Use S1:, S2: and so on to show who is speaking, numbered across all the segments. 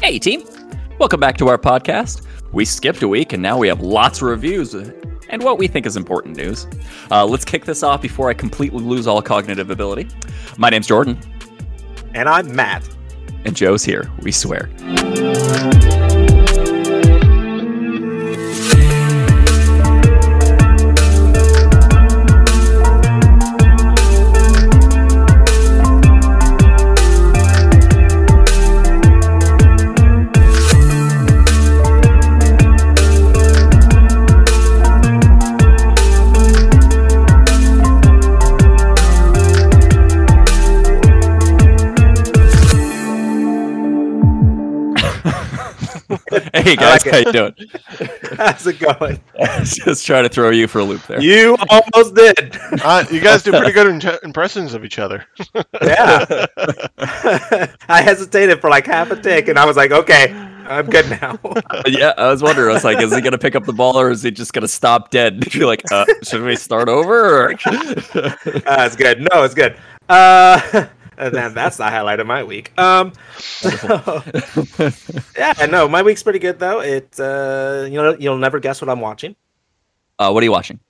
S1: Hey, team. Welcome back to our podcast. We skipped a week and now we have lots of reviews and what we think is important news. Uh, let's kick this off before I completely lose all cognitive ability. My name's Jordan,
S2: And I'm Matt.
S1: and Joe's here, we swear. hey, guys,
S2: like it.
S1: how you doing?
S2: How's it going?
S1: Just trying to throw you for a loop there.
S2: You almost did.
S3: Uh, you guys do pretty good in- impressions of each other.
S2: Yeah. I hesitated for like half a tick and I was like, okay, I'm good now. Uh,
S1: yeah, I was wondering. I was like, is he going to pick up the ball or is he just going to stop dead? You're like, uh, should we start over? Or...
S2: Uh, it's good. No, it's good. Uh, and then that's the highlight of my week. Um, so- yeah, no, my week's pretty good though. It uh, you know you'll never guess what I'm watching.
S1: uh, what are you watching?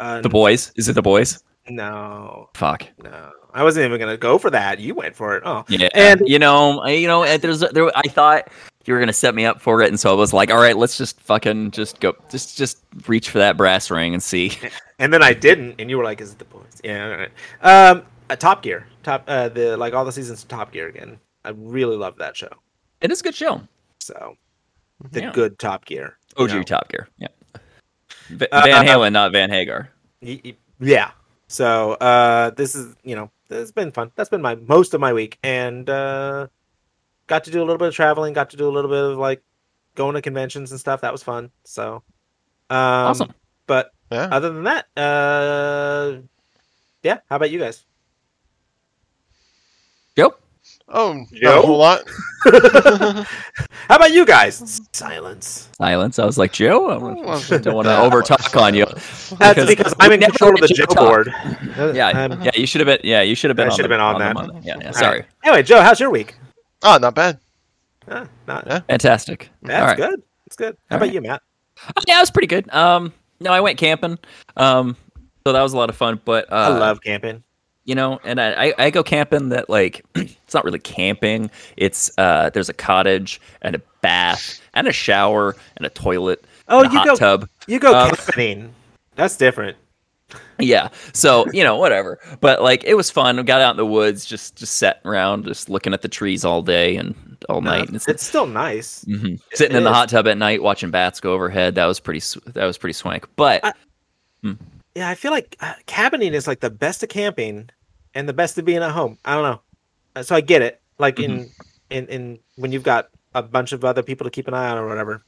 S2: Uh,
S1: The Boys? Is it The Boys?
S2: no,
S1: Fuck.
S2: no, I wasn't even gonna go for that. You went for it. Oh,
S1: Yeah,
S2: And-
S1: you know, I, you know, and there's there. I thought you were gonna set me up for it, and so I was like, all right, let's just fucking just go, just just reach for that brass ring and see.
S2: and then I didn't, and you were like, "Is it the boys?" Yeah. All right. Um, uh, Top Gear, Top uh, the like all the seasons of Top Gear again. I really love that show.
S1: It is a good show.
S2: So the
S1: Yeah.
S2: good Top Gear. you
S1: OG
S2: know.
S1: Top Gear. Yeah. Va-
S2: Uh,
S1: Van
S2: uh, uh,
S1: Halen, not Van Hagar.
S2: Y- y- Yeah. So uh, this is you know it's been fun. That's been my most of my week, and uh, got to do a little bit of traveling. Got to do a little bit of like going to conventions and stuff. That was fun. So um,
S1: Awesome.
S2: But
S3: Yeah.
S2: other than that, uh, yeah. How about you guys?
S1: Joe.
S3: Oh, not
S2: Joe?
S3: a whole lot.
S2: How about you guys? Silence.
S1: Silence. I was like, Joe, I
S3: Well,
S1: wanna-
S3: wasn't
S1: don't want to
S3: that
S1: over
S3: much
S1: talk on you.
S3: silence.
S2: That's
S1: Because
S2: because,
S1: we
S2: I'm in
S1: never
S2: control of the
S1: let you
S2: Joe
S1: talk. Uh,
S2: board.
S1: Yeah,
S2: Um,
S1: yeah, you should have been. Yeah, you should have been.
S2: I
S1: on
S2: should have
S1: the-
S2: been on
S1: the
S2: that.
S1: Monday. Yeah, yeah.
S2: right.
S1: Sorry.
S2: Anyway, Joe, how's your week?
S3: Oh, not bad.
S2: Uh, not,
S3: Yeah.
S1: Fantastic.
S2: That's
S1: All right.
S2: good. That's good.
S1: All
S2: How about
S1: right.
S2: you, Matt?
S1: Oh, yeah, it was pretty good. Um, no, I went camping. Um, so that was a lot of fun. But uh,
S2: I love camping.
S1: you know and I, I i go camping that like it's not really camping it's uh there's a cottage and a bath and a shower and a toilet
S2: Oh,
S1: and a
S2: you
S1: hot
S2: go
S1: tub
S2: you go
S1: Um,
S2: camping. That's different.
S1: yeah so you know whatever but like it was fun we got out in the woods just just sat around just looking at the trees all day and all
S2: No,
S1: night and
S2: it's, it's still nice.
S1: Mhm. sitting in the
S2: Uh, is.
S1: hot tub at night watching bats go overhead that was pretty s- that was pretty swank but
S2: I- Yeah, I feel like uh, cabining is like the best of camping, and the best of being at home. I don't know. Uh, So I get it. Like in in in when you've got a bunch of other people to keep an eye on or whatever.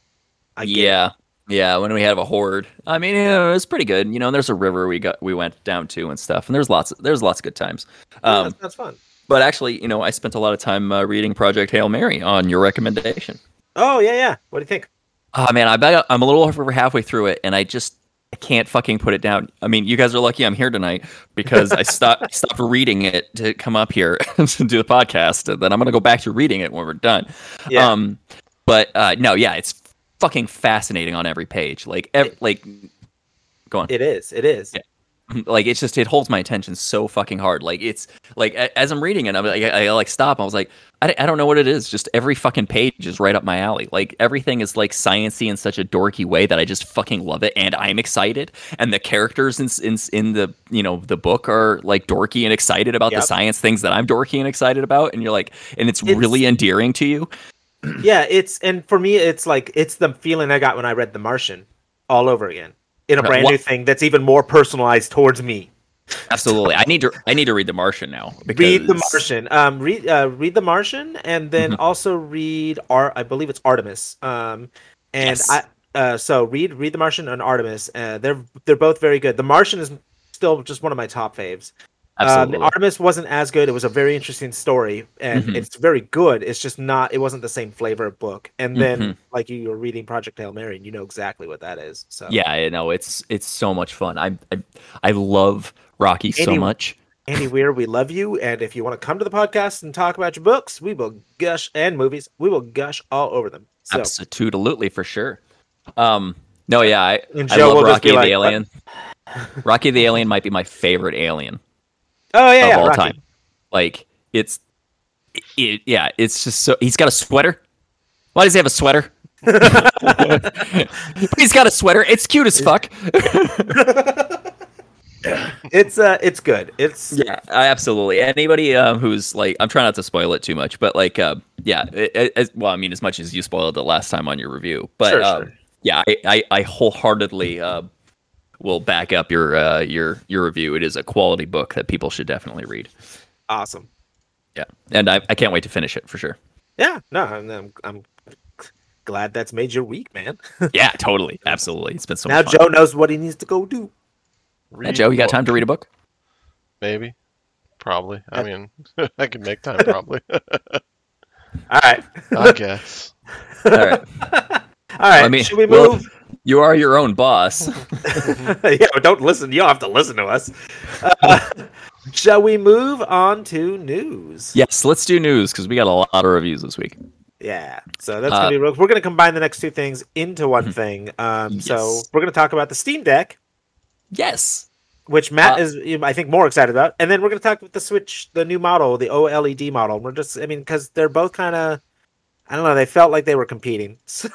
S2: I get it.
S1: yeah yeah when we had a horde i mean yeah, it was pretty good you know and there's a river we got we went down to and stuff and there's lots there's lots of good times
S2: Yeah,
S1: um
S2: that's, that's fun.
S1: but actually you know i spent a lot of time uh, reading project hail mary on your recommendation
S2: Oh yeah, yeah. What do you think?
S1: oh man i bet i'm a little over halfway through it and i just i can't fucking put it down i mean you guys are lucky i'm here tonight because i stopped stopped reading it to come up here to do the podcast and then i'm gonna go back to reading it when we're done
S2: Yeah.
S1: um but uh no yeah it's fucking fascinating on every page like ev- like go on
S2: It is. It is.
S1: Yeah. like it's just it holds my attention so fucking hard like it's like a- as i'm reading it i'm like i, I like stop i was like I, d- I don't know what it is just every fucking page is right up my alley like everything is like sciency in such a dorky way that i just fucking love it and i'm excited and the characters in s- in, s- in the you know the book are like dorky and excited about
S2: Yep.
S1: the science things that i'm dorky and excited about and you're like and it's,
S2: It's-
S1: really endearing to you
S2: yeah it's and for me it's like it's the feeling i got when i read the martian all over again in a
S1: Yeah,
S2: brand
S1: wha-
S2: new thing that's even more personalized towards me
S1: absolutely i need to i need to read the martian now because
S2: read the martian um read uh, read the martian and then
S1: Mhm.
S2: also read Ar- i believe it's artemis um and
S1: Yes.
S2: i uh so read read the martian and artemis uh, they're they're both very good the martian is still just one of my top faves um,
S1: absolutely
S2: the artemis wasn't as good it was a very interesting story and
S1: Mhm.
S2: it's very good it's just not it wasn't the same flavor of book and then
S1: Mhm.
S2: like you were reading project hail mary and you know exactly what that is so
S1: Yeah, I know it's it's so much fun. I I, I love Rocky so
S2: Any-
S1: much.
S2: Andy Weir, we love you. And if you want to come to the podcast and talk about your books, we will gush and movies, we will gush all over them. So,
S1: Absolutely, for sure. Um, no, yeah, I,
S2: and
S1: I
S2: Joe
S1: love
S2: will just
S1: Rocky
S2: be
S1: the
S2: like, "What?"
S1: Alien. Rocky the Alien might be my favorite alien
S2: Oh, yeah,
S1: of
S2: yeah
S1: all
S2: Rocky.
S1: time. Like it's, it, yeah, it's just so. He's got a sweater. Why does he have a sweater? he's got a sweater. It's cute as fuck.
S2: It's uh, it's good. It's
S1: yeah I- absolutely anybody um, who's like i'm trying not to spoil it too much but like uh, yeah it, it- it- well i mean as much as you spoiled it last time on your review but
S2: Sure,
S1: um,
S2: sure.
S1: yeah I, I i wholeheartedly uh will back up your uh your your review it is a quality book that people should definitely read
S2: awesome.
S1: yeah and i, I can't wait to finish it for sure
S2: Yeah, no, I'm, I'm, I'm glad that's made your week, man.
S1: yeah totally absolutely it's been so
S2: now
S1: much
S2: Joe
S1: fun.
S2: knows what he needs to go do.
S1: Yeah, joe you got time to read a book
S3: Maybe. Probably. I
S2: Yeah.
S3: mean, I can make time probably.
S2: All right,
S3: I guess.
S1: all right
S2: all right.
S1: I mean,
S2: Should we
S1: well-
S2: move?
S1: you are your own boss
S2: yeah, but don't listen. You don't have to listen to us. Uh, shall we move on to news?
S1: yes let's do news because we got a lot of reviews this week
S2: Yeah. So that's
S1: Uh, Mm-hmm.
S2: gonna be real. We're gonna combine the next two things into one thing. Um, So
S1: Yes.
S2: we're gonna talk about the Steam Deck,
S1: yes
S2: which Matt
S1: Uh,
S2: is, you know, I think, more excited about, and then we're gonna talk about the Switch, the new model, the OLED model. We're just, I mean, because they're both kind of, I don't know, they felt like they were competing. So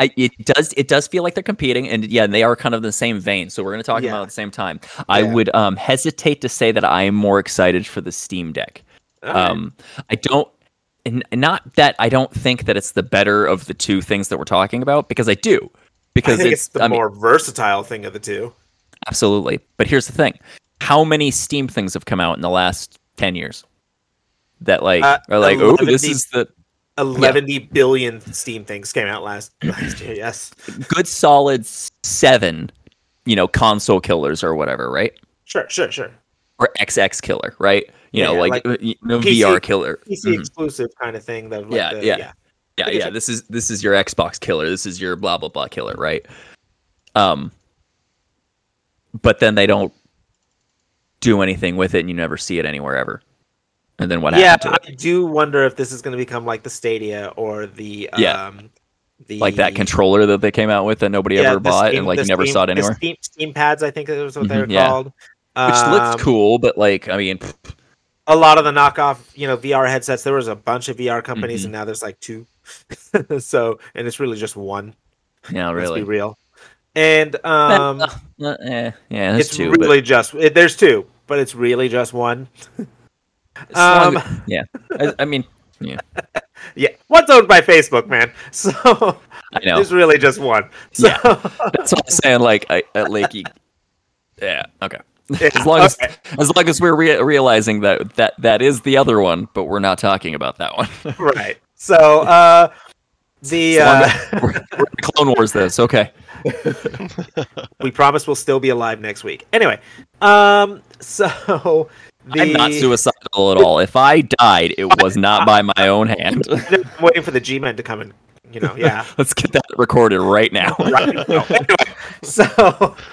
S1: I, it does it does feel like they're competing and yeah they are kind of in the same vein so we're going to talk
S2: Yeah.
S1: about it at the same time i
S2: Yeah.
S1: would um, hesitate to say that i am more excited for the steam deck um, i don't and not that i don't think that it's the better of the two things that we're talking about because i do
S2: I
S1: because
S2: think
S1: it's,
S2: it's, the
S1: I mean,
S2: more versatile thing of the two.
S1: absolutely but here's the thing how many steam things have come out in the last 10 years that like
S2: Uh,
S1: are like oh
S2: 11
S1: this
S2: deep.
S1: is the
S2: 11 billion Steam things came out last last year. Yes,
S1: good solid seven you know console killers or whatever right
S2: sure, sure, sure.
S1: or XX killer, right? You
S2: Yeah,
S1: know,
S2: yeah,
S1: like,
S2: like
S1: you know,
S2: PC
S1: VR killer.
S2: PC
S1: Mhm.
S2: exclusive kind of thing. That like
S1: Yeah,
S2: the,
S1: yeah.
S2: yeah,
S1: Yeah,
S2: Okay,
S1: yeah.
S2: sure.
S1: This is this is your Xbox killer. This is your blah blah blah killer, right? Um, but then they don't do anything with it, and you never see it anywhere ever. And then what
S2: yeah.
S1: happened to it?
S2: I do wonder if this is going to become like the Stadia or the um,
S1: Yeah.
S2: the
S1: Like that controller that they came out with that nobody
S2: yeah,
S1: ever
S2: the
S1: bought,
S2: Steam-
S1: and like
S2: the
S1: you never
S2: Steam-
S1: saw it
S2: the
S1: anywhere,
S2: Steam, Steam pads, I think is what they were
S1: Mhm, yeah.
S2: called.
S1: which
S2: Um,
S1: looks cool, but like, I mean, pff,
S2: A lot of the knockoff, you know, VR headsets. There was a bunch of VR companies,
S1: Mhm.
S2: and now there's like two. so, and it's really just one.
S1: yeah,
S2: Let's
S1: Oh,
S2: be
S1: really,
S2: real. And um,
S1: Eh, eh, yeah, that's
S2: it's
S1: two, but
S2: really just it, there's two, but it's really just one.
S1: as long
S2: um,
S1: as- yeah, I, I mean, yeah,
S2: Yeah, one's owned by Facebook, man. So
S1: I know.
S2: there's really just one. So,
S1: That's what I'm saying. Like, I, I like, you- yeah, okay.
S2: Yeah,
S1: as long as,
S2: okay.
S1: as long as we're rea- realizing that that that is the other one, but we're not talking about that one.
S2: right. So uh, the
S1: As long
S2: uh,
S1: as- we're, we're in Clone Wars. This okay?
S2: we promise we'll still be alive next week. Anyway, um, so the
S1: I'm not suicidal at all. If I died, it was not by my own hand.
S2: I'm waiting for the G men to come and you know yeah.
S1: Let's get that recorded right now.
S2: right. No, anyway, so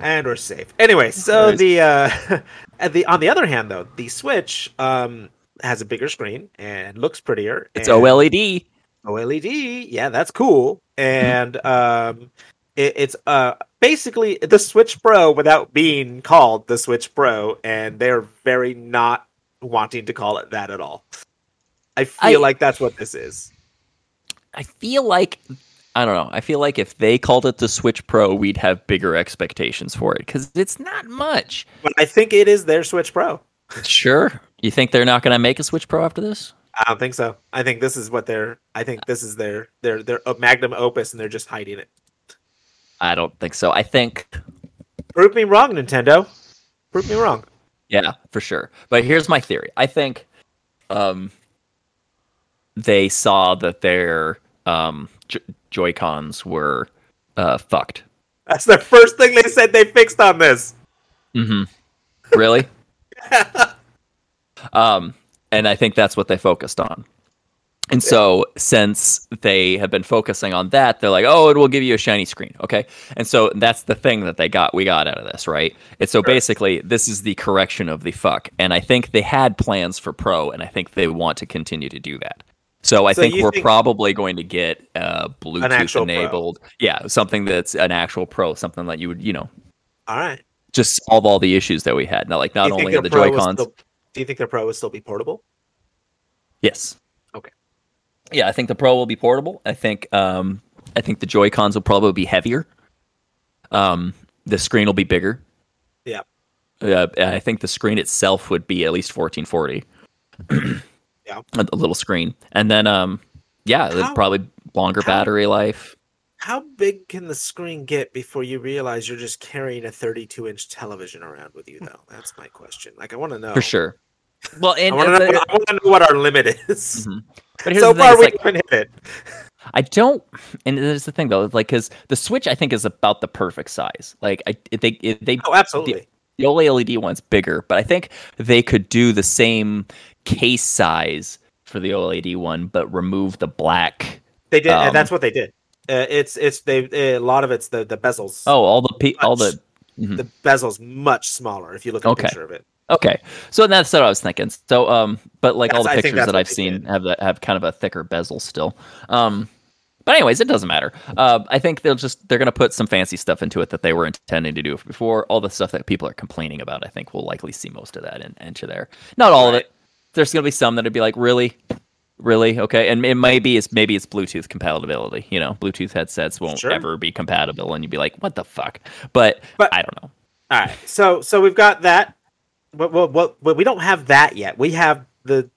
S2: and we're safe. Anyway, so
S1: Nice.
S2: the uh at the on the other hand though, the Switch um has a bigger screen and looks prettier.
S1: It's E
S2: and
S1: OLED.
S2: OLED. E Yeah, that's cool. And um it, it's uh basically the Switch Pro without being called the Switch Pro and they're very not wanting to call it that at all. I feel
S1: I-
S2: like that's what this is.
S1: I feel like I don't know. I feel like if they called it the Switch Pro, we'd have bigger expectations for it because it's not much.
S2: But I think it is their Switch Pro.
S1: Sure. You think they're not going to make a Switch Pro after this?
S2: I don't think so. I think this is what they're. I think this is their their their uh, magnum opus, and they're just hiding it.
S1: I don't think so. I think
S2: Prove me wrong, Nintendo. Prove me wrong.
S1: yeah, for sure. But here's my theory. I think um they saw that their um J- Joy-Cons were uh fucked.
S2: That's the first thing they said they fixed on this.
S1: Mhm. Really? um and I think that's what they focused on. And so, since they have been focusing on that, they're like, "Oh, it will give you a shiny screen." Okay, and so that's the thing that they got. We got out of this, right? And so, basically, this is the correction of the fuck. And I think they had plans for pro, and I think they want to continue to do that. So I
S2: So
S1: think
S2: you
S1: we're
S2: think-
S1: probably going to get uh, Bluetooth
S2: actual Pro.
S1: enabled, yeah, something that's an actual pro, something that you would, you know,
S2: All right.
S1: just solve all the issues that we had. Now, like
S2: Do
S1: not
S2: you think
S1: only are the
S2: their Pro
S1: Joy
S2: would
S1: Cons,
S2: still- Do you think their pro would still be portable?
S1: Yes.
S2: Okay.
S1: Yeah, I think the Pro will be portable. I think um, I think the Joy Cons will probably be heavier. Um, the screen will be bigger.
S2: Yeah.
S1: Uh, I think the screen itself would be at least 1440.
S2: Yeah.
S1: A, a little screen, and then um, yeah, it'd
S2: How-
S1: probably longer
S2: how-
S1: battery life.
S2: How big can the screen get before you realize you're just carrying a 32 inch television around with you, though? That's my question. Like, I want to know.
S1: For sure. Well, and
S2: Oh. I want to
S1: and
S2: know,
S1: the-
S2: what- I wanna know what our limit is.
S1: Mhm. but here's the
S2: So
S1: thing,
S2: far,
S1: it's
S2: we
S1: like-
S2: haven't hit it.
S1: I don't, and there's the thing though, like because the Switch I think is about the perfect size. Like I, they they
S2: Oh, absolutely.
S1: the OLED one's bigger, but I think they could do the same case size for the OLED one, but remove the black.
S2: They did.
S1: um,
S2: and that's what they did. Uh, it's it's they a lot of it's the the bezels.
S1: Oh, all the pe- all
S2: Much.
S1: the. mhm.
S2: the bezels much smaller if you look at
S1: Okay.
S2: a picture of it.
S1: Okay, so that's what I was thinking. So, um, but like all the
S2: That's- I think
S1: pictures
S2: that's
S1: that
S2: what
S1: I've
S2: they
S1: seen
S2: did.
S1: have that have kind of a thicker bezel still. Um, but anyways, it doesn't matter. Uh, I think they'll just they're gonna put some fancy stuff into it that they were intending to do before. All the stuff that people are complaining about, I think we'll likely see most of that in, into there. Not all of
S2: Right.
S1: it. There's gonna be some that'd be like really, really okay, and it might be it's maybe it's Bluetooth compatibility. You know, Bluetooth headsets won't
S2: Sure.
S1: ever be compatible, and you'd be like, what the fuck? But,
S2: But-
S1: I don't know.
S2: All right. So so we've got that. But well, well, well, we don't have that yet. We have the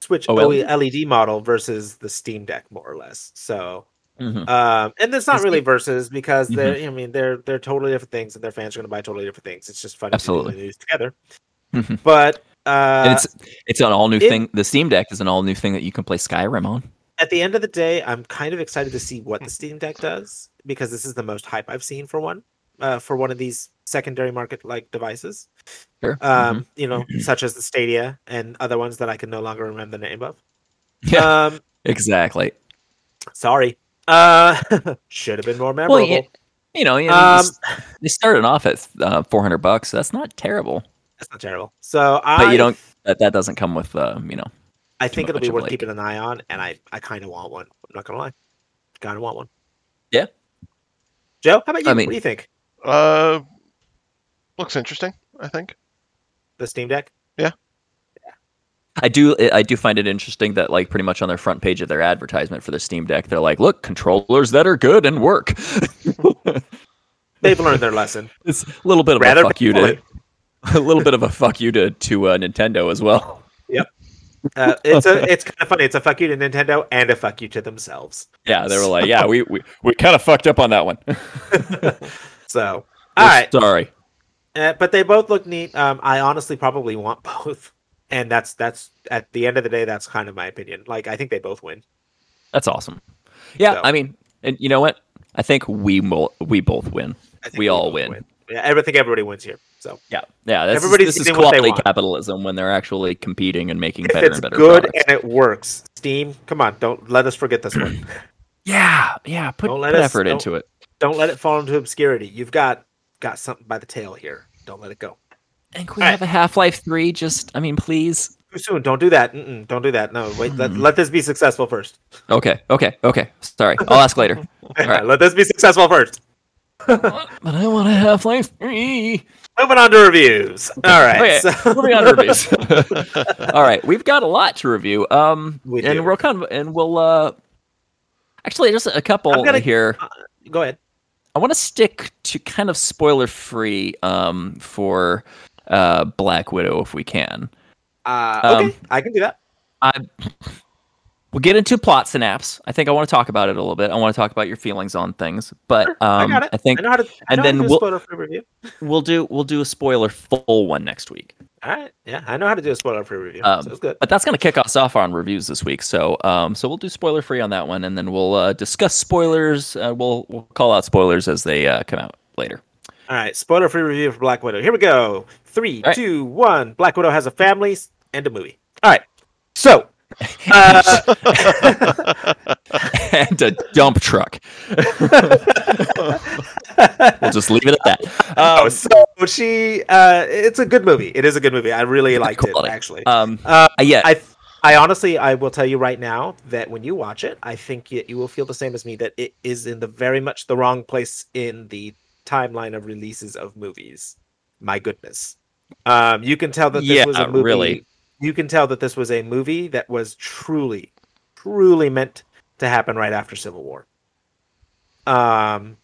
S2: Switch E
S1: OLED?
S2: OLED model versus the Steam Deck, more or less. So
S1: Mhm.
S2: um, and it's not
S1: Is
S2: really versus because
S1: Mm-hmm.
S2: they're I mean they're they're totally different things and their fans are going to buy totally different things. It's just fun to
S1: Absolutely.
S2: do the news together.
S1: Mhm.
S2: But uh,
S1: and it's it's an all new
S2: it-
S1: thing. The Steam Deck is an all new thing that you can play Skyrim on.
S2: at the end of the day, I'm kind of excited to see
S1: Mm-hmm.
S2: what the Steam Deck does because this is the most hype I've seen for one, uh, for one of these secondary market like devices,
S1: Sure.
S2: um, you know, such as the Stadia and other ones that I can no longer remember the name of.
S1: Yeah.
S2: Um,
S1: Mm-hmm. exactly.
S2: sorry, uh, should have been more
S1: Well,
S2: memorable.
S1: you, you know, you know,
S2: Um,
S1: they started off at uh, four hundred bucks. So that's not terrible,
S2: That's not terrible. So I,
S1: but you don't. That, that doesn't come with, um, you know.
S2: I think it'll
S1: much
S2: be
S1: of,
S2: worth
S1: like-
S2: keeping an eye on, and I, I kind of want one. I'm not gonna lie, kind of want one.
S1: Yeah.
S2: Joe, how about you?
S1: mean-
S2: what do you think?
S3: Uh, looks interesting. I think.
S2: The Steam Deck?
S1: I do. I do find it interesting that, like, pretty much on their front page of their advertisement for the Steam Deck, they're like, "Look, controllers that are good and work."
S2: They've learned their lesson.
S1: it's a little bit of
S2: Rather
S1: a fuck you
S2: poorly.
S1: to a little bit of a fuck you to to uh, Nintendo as well.
S2: Uh, it's a it's kind of funny. It's a fuck you to Nintendo and a fuck you to themselves.
S1: Yeah, they were like, "Yeah, we we, we kind of fucked up on that one."
S2: So all right,
S1: sorry.
S2: uh, but they both look neat. Um, I honestly probably want both, and that's that's at the end of the day, that's kind of my opinion. Like I think they both win.
S1: That's awesome. Yeah,
S2: So-
S1: I mean, and you know what? I think we mo- we both win.
S2: I think
S1: We all
S2: both
S1: win.
S2: Yeah, I think everybody wins here. So
S1: Yeah, yeah. This
S2: Everybody's
S1: is, this is
S2: getting what they
S1: quality
S2: want.
S1: capitalism when they're actually competing and making
S2: if
S1: better
S2: it's
S1: and better.
S2: good
S1: products.
S2: and it works, Steam, come on, don't let us forget this one.
S1: yeah, yeah. Put,
S2: Don't
S1: put
S2: let us-
S1: effort
S2: don't-
S1: into it.
S2: don't let it fall into obscurity. You've got got something by the tail here. Don't let it go.
S1: And can we
S2: All right.
S1: have a Half Life Three. Just, I mean, please.
S2: Too soon. Don't do that. Mm-mm, don't do that. No, wait.
S1: Hmm.
S2: Let, let this be successful first.
S1: Okay, okay, okay. Sorry, I'll ask later. right.
S2: let this be successful first.
S1: but I want a Half Life Three.
S2: Moving on to reviews. All
S1: Okay,
S2: right. so-
S1: moving on to reviews. All right, we've got a lot to review. Um,
S2: We
S1: and
S2: do.
S1: we'll kind of, and we'll uh, actually just a couple
S2: I'm gonna-
S1: here.
S2: Go ahead.
S1: I want to stick to kind of spoiler free um, for uh, Black Widow if we can.
S2: Uh,
S1: Um,
S2: okay, I can do that.
S1: We'll get into plot synapse. I think I want to talk about it a little bit. I want to talk about your feelings on things, but um,
S2: I got it.
S1: think
S2: I know how to. I
S1: and
S2: know
S1: then
S2: how to do
S1: we'll-
S2: a spoiler free review.
S1: we'll do we'll do a spoiler full one next week.
S2: All right. Yeah, I know how to do a spoiler free review.
S1: Um,
S2: so it's good.
S1: But that's going to kick us off on reviews this week. So um, so we'll do spoiler free on that one, and then we'll uh, discuss spoilers. Uh, we'll we'll call out spoilers as they uh, come out later.
S2: All right, spoiler free review for Black Widow. Here we go. Three, two, one.
S1: uh, All right.
S2: Black Widow has a family s- and a movie. All right. So Uh,
S1: and a dump truck. we'll just leave it at that.
S2: oh,
S1: Um,
S2: so she. Uh, it's a good movie. It is a good movie. I really liked
S1: quality.
S2: it actually.
S1: um,
S2: Uh,
S1: yeah,
S2: I, I honestly, I will tell you right now that when you watch it, I think that you will feel the same as me that it is in the very much the wrong place in the timeline of releases of movies. My goodness, um, you can tell that this
S1: Yeah,
S2: was a movie.
S1: really.
S2: You can tell that this was a movie that was truly, truly meant to happen right after Civil War. Um,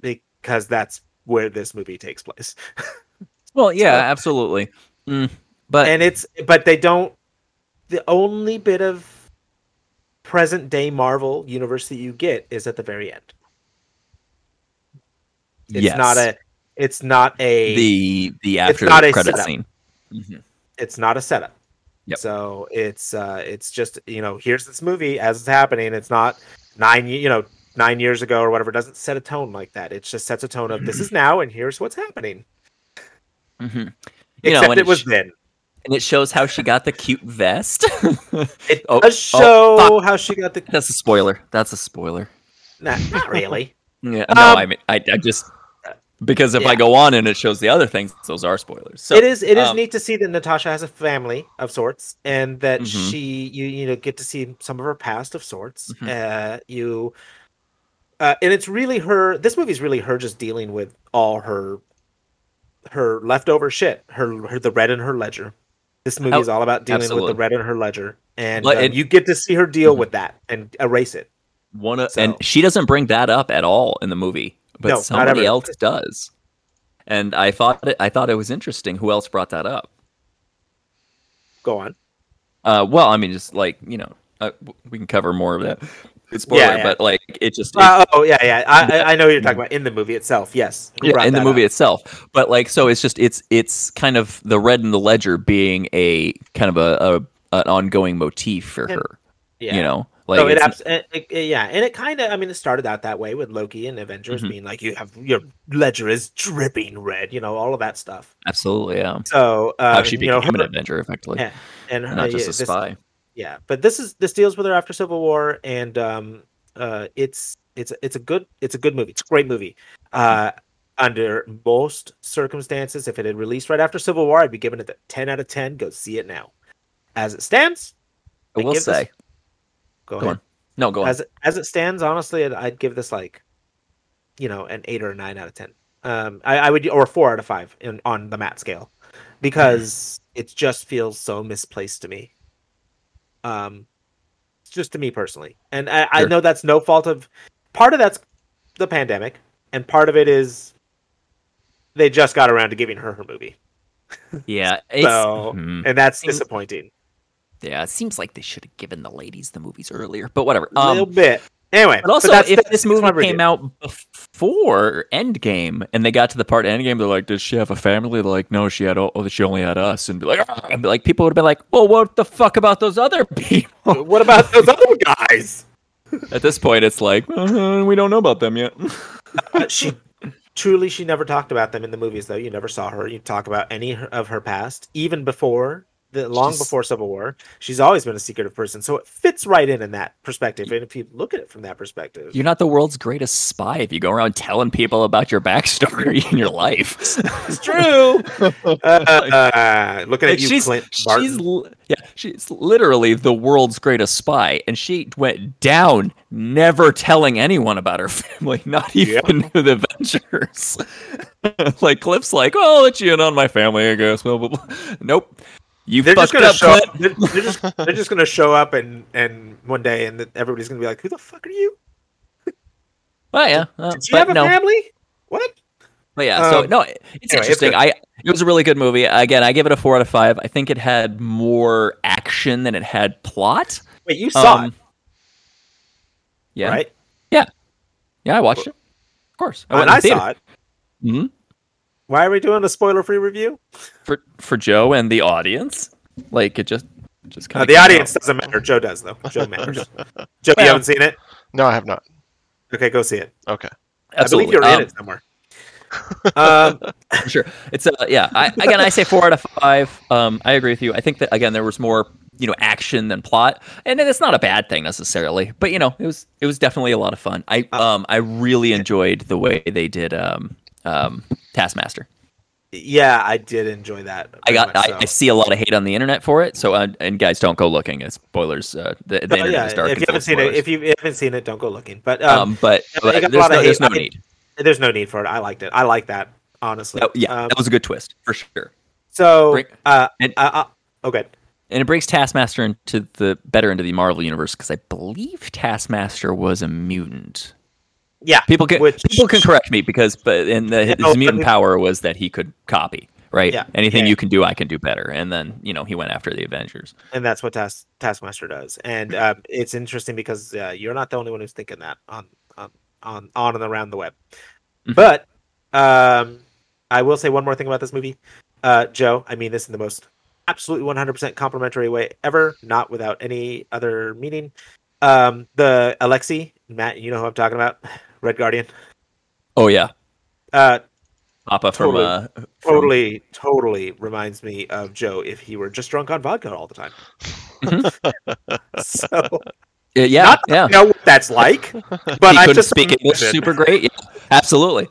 S2: because that's where this movie takes place.
S1: well, yeah, absolutely. Mm, but
S2: and it's but they don't the only bit of present day marvel universe that you get is at the very end it's
S1: yes,
S2: not a it's not a
S1: the the after
S2: not a
S1: credit
S2: setup.
S1: scene. Mhm.
S2: it's not a setup
S1: Yep.
S2: so it's uh it's just you know here's this movie as it's happening it's not nine y- you know nine years ago or whatever it doesn't set a tone like that it just sets a tone of this is now and here's what's happening
S1: Mhm. You
S2: except
S1: know, and
S2: it was
S1: sh-
S2: then
S1: and it shows how she got the cute vest.
S2: it
S1: Oh,
S2: does
S1: oh,
S2: show how she got the
S1: That's a spoiler. That's a spoiler.
S2: nah, not really
S1: Yeah, no,
S2: Um,
S1: I mean, I, I just because if
S2: yeah.
S1: I go on and it shows the other things, those are spoilers. So
S2: it is it is
S1: um,
S2: neat to see that Natasha has a family of sorts, and that
S1: Mhm.
S2: she you you know get to see some of her past of sorts.
S1: Mm-hmm.
S2: Uh, you, uh, and it's really her. This movie's really her just dealing with all her her leftover shit. Her, her the red in her ledger. This movie
S1: Oh,
S2: is all about dealing with
S1: absolutely.
S2: the red in her ledger, and,
S1: Well,
S2: um,
S1: and-
S2: you get to see her deal
S1: Mhm.
S2: with that and erase it.
S1: One of,
S2: So-
S1: and she doesn't bring that up at all in the movie, but
S2: No, not
S1: somebody
S2: ever.
S1: else does. And I thought it, I thought it was interesting. Who else brought that up?
S2: Go on.
S1: Uh, well, I mean, just like you know, uh, w- we can cover more of that. It's spoiler,
S2: Yeah, yeah.
S1: but like it just it-
S2: Uh, oh yeah, yeah. I, I I know what you're talking about in the movie itself. Yes.
S1: Mm-hmm.
S2: Who
S1: yeah,
S2: brought
S1: in the
S2: that
S1: movie
S2: up?
S1: itself. But like, so it's just it's it's kind of the red in the ledger being a kind of a, a an ongoing motif for
S2: Yeah.
S1: her.
S2: yeah.
S1: You know, like
S2: so it,
S1: it's-
S2: abs- it, it- it- yeah, and it kind of I mean it started out that way with Loki and Avengers
S1: Mhm.
S2: being like you have your ledger is dripping red, you know all of that stuff.
S1: absolutely yeah.
S2: So uh,
S1: How she
S2: you know,
S1: became an
S2: her-
S1: Avenger effectively,
S2: yeah, and her,
S1: and not just
S2: yeah,
S1: a
S2: this-
S1: spy.
S2: yeah, but this is this deals with her after Civil War, and um, uh, it's it's it's a good it's a good movie. It's a great movie.
S1: Hmm.
S2: Uh, under most circumstances, if it had released right after Civil War, I'd be giving it a ten out of ten. Go see it now. As it stands,
S1: I
S2: I
S1: will
S2: give this-
S1: say,
S2: go,
S1: Go
S2: ahead.
S1: on. no, go on.
S2: as it- as it stands, honestly, I'd, I'd give this like, you know, an eight or a nine out of ten. Um, I, I would or a four out of five in, on the mat scale, because
S1: Mm-hmm.
S2: it just feels so misplaced to me. Um, it's just to me personally, and I, I
S1: Sure.
S2: know that's no fault of. Part of that's the pandemic, and part of it is they just got around to giving her her movie,
S1: Yeah,
S2: So-
S1: Mhm.
S2: and that's
S1: Things-
S2: disappointing
S1: yeah. It seems like they should have given the ladies the movies earlier, but whatever.
S2: a
S1: Um,
S2: little bit. Anyway,
S1: but also,
S2: that's-
S1: if
S2: that's-
S1: this
S2: that's my
S1: movie
S2: review.
S1: came out before Endgame and they got to the part of Endgame, they're like, "Did she have a family?" They're like, "No, she had. o- Oh, she only had us." And be like, "Ah," and be like people would have been like, "Well, what the fuck about those other people?"
S2: what about those other guys?
S1: At this point, it's like uh, we don't know about them yet.
S2: Uh, she truly she never talked about them in the movies though you never saw her you talk about any her- of her past even before the long
S1: She's-
S2: before civil war she's always been a secretive person so it fits right in in that perspective and if you look at it from that perspective
S1: You're not the world's greatest spy if you go around telling people about your backstory and your life.
S2: it's true uh, uh, looking
S1: Like,
S2: at you
S1: she's
S2: clint Barton.
S1: she's li- yeah she's literally the world's greatest spy and she went down never telling anyone about her family not
S2: Yep.
S1: even the Avengers like Cliff's like oh I'll let you in on my family I guess blah, blah, blah. nope you
S2: they're
S1: fucked
S2: just gonna
S1: up
S2: show
S1: Cliff
S2: up, they're, they're just they're just gonna show up and and one day and everybody's gonna be like who the fuck are you
S1: oh yeah uh,
S2: did you
S1: but
S2: have a
S1: no
S2: family what
S1: But yeah, so
S2: Um,
S1: no, it- it's
S2: anyway, it's
S1: interesting.
S2: good.
S1: I it was a really good movie. Again, I give it a four out of five. I think it had more action than it had plot.
S2: wait you saw
S1: Um,
S2: it
S1: Yeah,
S2: right
S1: yeah, I watched it. Of course,
S2: when i saw it
S1: hmm
S2: why are we doing a spoiler free review
S1: for for Joe and the audience. Like it just just kind
S2: Uh,
S1: of
S2: the audience doesn't matter. Joe does though. Joe matters. Joe,
S1: Well-
S2: you haven't seen it?
S3: No, I have not.
S2: Okay, go see it.
S3: Okay.
S1: Absolutely,
S2: I believe you're
S1: um,
S2: in it somewhere. um,
S1: for sure. It's uh, yeah. I, again, I say four out of five. Um, I agree with you. I think that again there was more you know action than plot and it's not a bad thing necessarily but you know it was it was definitely a lot of fun i
S2: Uh,
S1: um i really enjoyed the way they did um um taskmaster
S2: Yeah, I did enjoy that.
S1: i
S2: very
S1: got
S2: much
S1: I,
S2: so.
S1: I see a lot of hate on the internet for it so uh, and guys don't go looking it's spoilers uh the, the
S2: No,
S1: internet
S2: yeah,
S1: is dark
S2: if
S1: and
S2: you
S1: full
S2: haven't
S1: of
S2: seen it,
S1: spoilers.
S2: if you haven't seen it, don't go looking. But um,
S1: um but,
S2: I
S1: but
S2: got a
S1: there's,
S2: lot of
S1: no, there's
S2: hate.
S1: no
S2: I-
S1: need
S2: there's no need for it. I liked it. I like that honestly.
S1: Um, That- yeah
S2: Um,
S1: that was a good twist for sure
S2: so
S1: great.
S2: uh,
S1: And-
S2: uh, uh, oh, good.
S1: and it breaks Taskmaster into the better into the Marvel universe because I believe Taskmaster was a mutant.
S2: Yeah,
S1: People can
S2: Which-
S1: people can correct me because but and the, his
S2: No, but
S1: mutant
S2: it-
S1: power was that he could copy right.
S2: Yeah,
S1: Anything
S2: yeah.
S1: you can do, I can do better. And then you know he went after the Avengers.
S2: and that's what Task, Taskmaster does. And um, it's interesting because uh, you're not the only one who's thinking that on on on, on and around the web.
S1: Mhm.
S2: But um, I will say one more thing about this movie, uh, Joe. I mean this in the most absolutely 100% complimentary way ever, not without any other meaning. Um, the Alexi Matt, you know who I'm talking about, Red Guardian.
S1: Oh yeah,
S2: Uh,
S1: Papa
S2: Totally.
S1: from uh, from-
S2: totally, totally reminds me of Joe if he were just drunk on vodka all the time. so.
S1: Uh, yeah
S2: Not-
S1: yeah.
S2: know what that's like, but
S1: he
S2: I
S1: couldn't
S2: just
S1: speak English
S3: it.
S1: super great. Yeah, absolutely.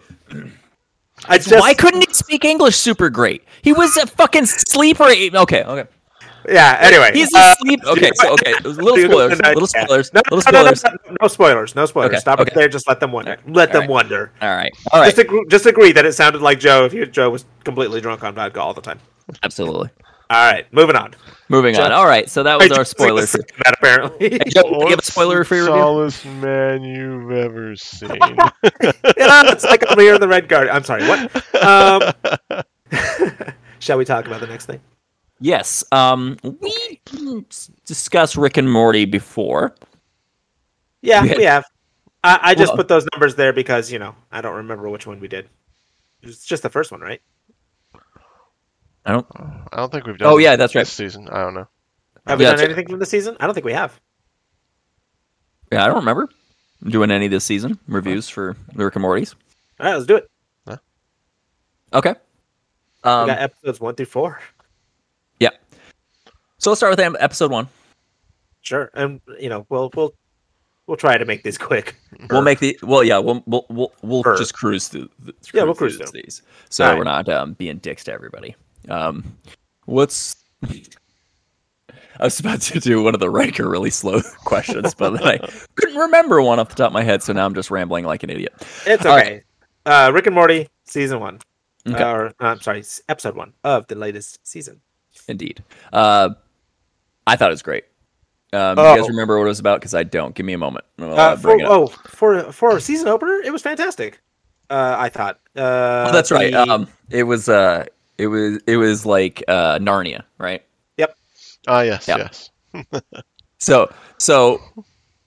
S2: I just
S1: Why couldn't he speak English super great? He was a fucking sleeper. Okay, okay.
S2: yeah. Anyway,
S1: He's
S2: uh,
S1: asleep. Okay, so okay, little
S2: dude,
S1: spoilers,
S2: no,
S1: little
S2: yeah.
S1: spoilers,
S2: No,
S1: little
S2: no, no, no,
S1: spoilers.
S2: No, no, no spoilers. No spoilers.
S1: Okay,
S2: Stop
S1: okay.
S2: it there. Just let them wonder.
S1: Alright,
S2: Let them
S1: alright.
S2: wonder.
S1: All right, all right,
S2: Just agree, just agree that it sounded like Joe if you, Joe was completely drunk on vodka all the time.
S1: absolutely.
S2: All right, moving on.
S1: Moving
S2: Jeff-
S1: on. All right, so that was
S2: I
S1: our
S2: just think
S1: spoiler.
S2: this
S1: For,
S2: is that apparently.
S1: Hey, Joe, can you give a spoiler for your review?
S3: Tallest man you've ever seen.
S2: yeah, it's like I'm here in the red guard. I'm sorry. What? Um, shall we talk about the next thing?
S1: Yes, um, we didn't discussed Rick and Morty before.
S2: Yeah,
S1: Yeah.
S2: we have. I, I just
S1: Well-
S2: put those numbers there because you know I don't remember which one we did. It's just the first one, right?
S1: I don't.
S3: I don't think we've done.
S1: Oh, yeah, that's right.
S3: This season, I don't know.
S2: Have we
S1: Yeah,
S2: done
S1: that's-
S2: anything from the season? I don't think we have.
S1: Yeah, I don't remember doing any this season reviews for the Rick and Morty's.
S2: All right, let's do it.
S1: Okay.
S2: We
S1: Um,
S2: got episodes one through four.
S1: so let's start with em- episode one.
S2: Sure, and you know we'll we'll we'll try to make these quick.
S1: We'll make the well, yeah. We'll we'll we'll, we'll
S2: Sure.
S1: just cruise through. The,
S2: Yeah, we'll cruise through.
S1: these, so
S2: Alright.
S1: we're not um, being dicks to everybody. Um, what's I was about to do one of the Riker really slow questions, but then I couldn't remember one off the top of my head, so now I'm just rambling like an idiot.
S2: It's
S1: All
S2: okay. Uh, Rick and Morty season one,
S1: Okay.
S2: Uh, or uh, I'm sorry, s- episode one of the latest season.
S1: Indeed, uh, I thought it was great. Um, You
S2: Oh.
S1: guys remember what it was about? Because I don't. Give me a moment. and I'll,
S2: Uh,
S1: uh,
S2: for,
S1: bring it up.
S2: oh, for for a season opener, it was fantastic. Uh, I thought. Uh,
S1: Oh, that's right.
S2: the-
S1: Um, it was uh, it was it was like uh, Narnia, right?
S3: Ah, yes,
S1: Yeah.
S3: yes.
S1: So so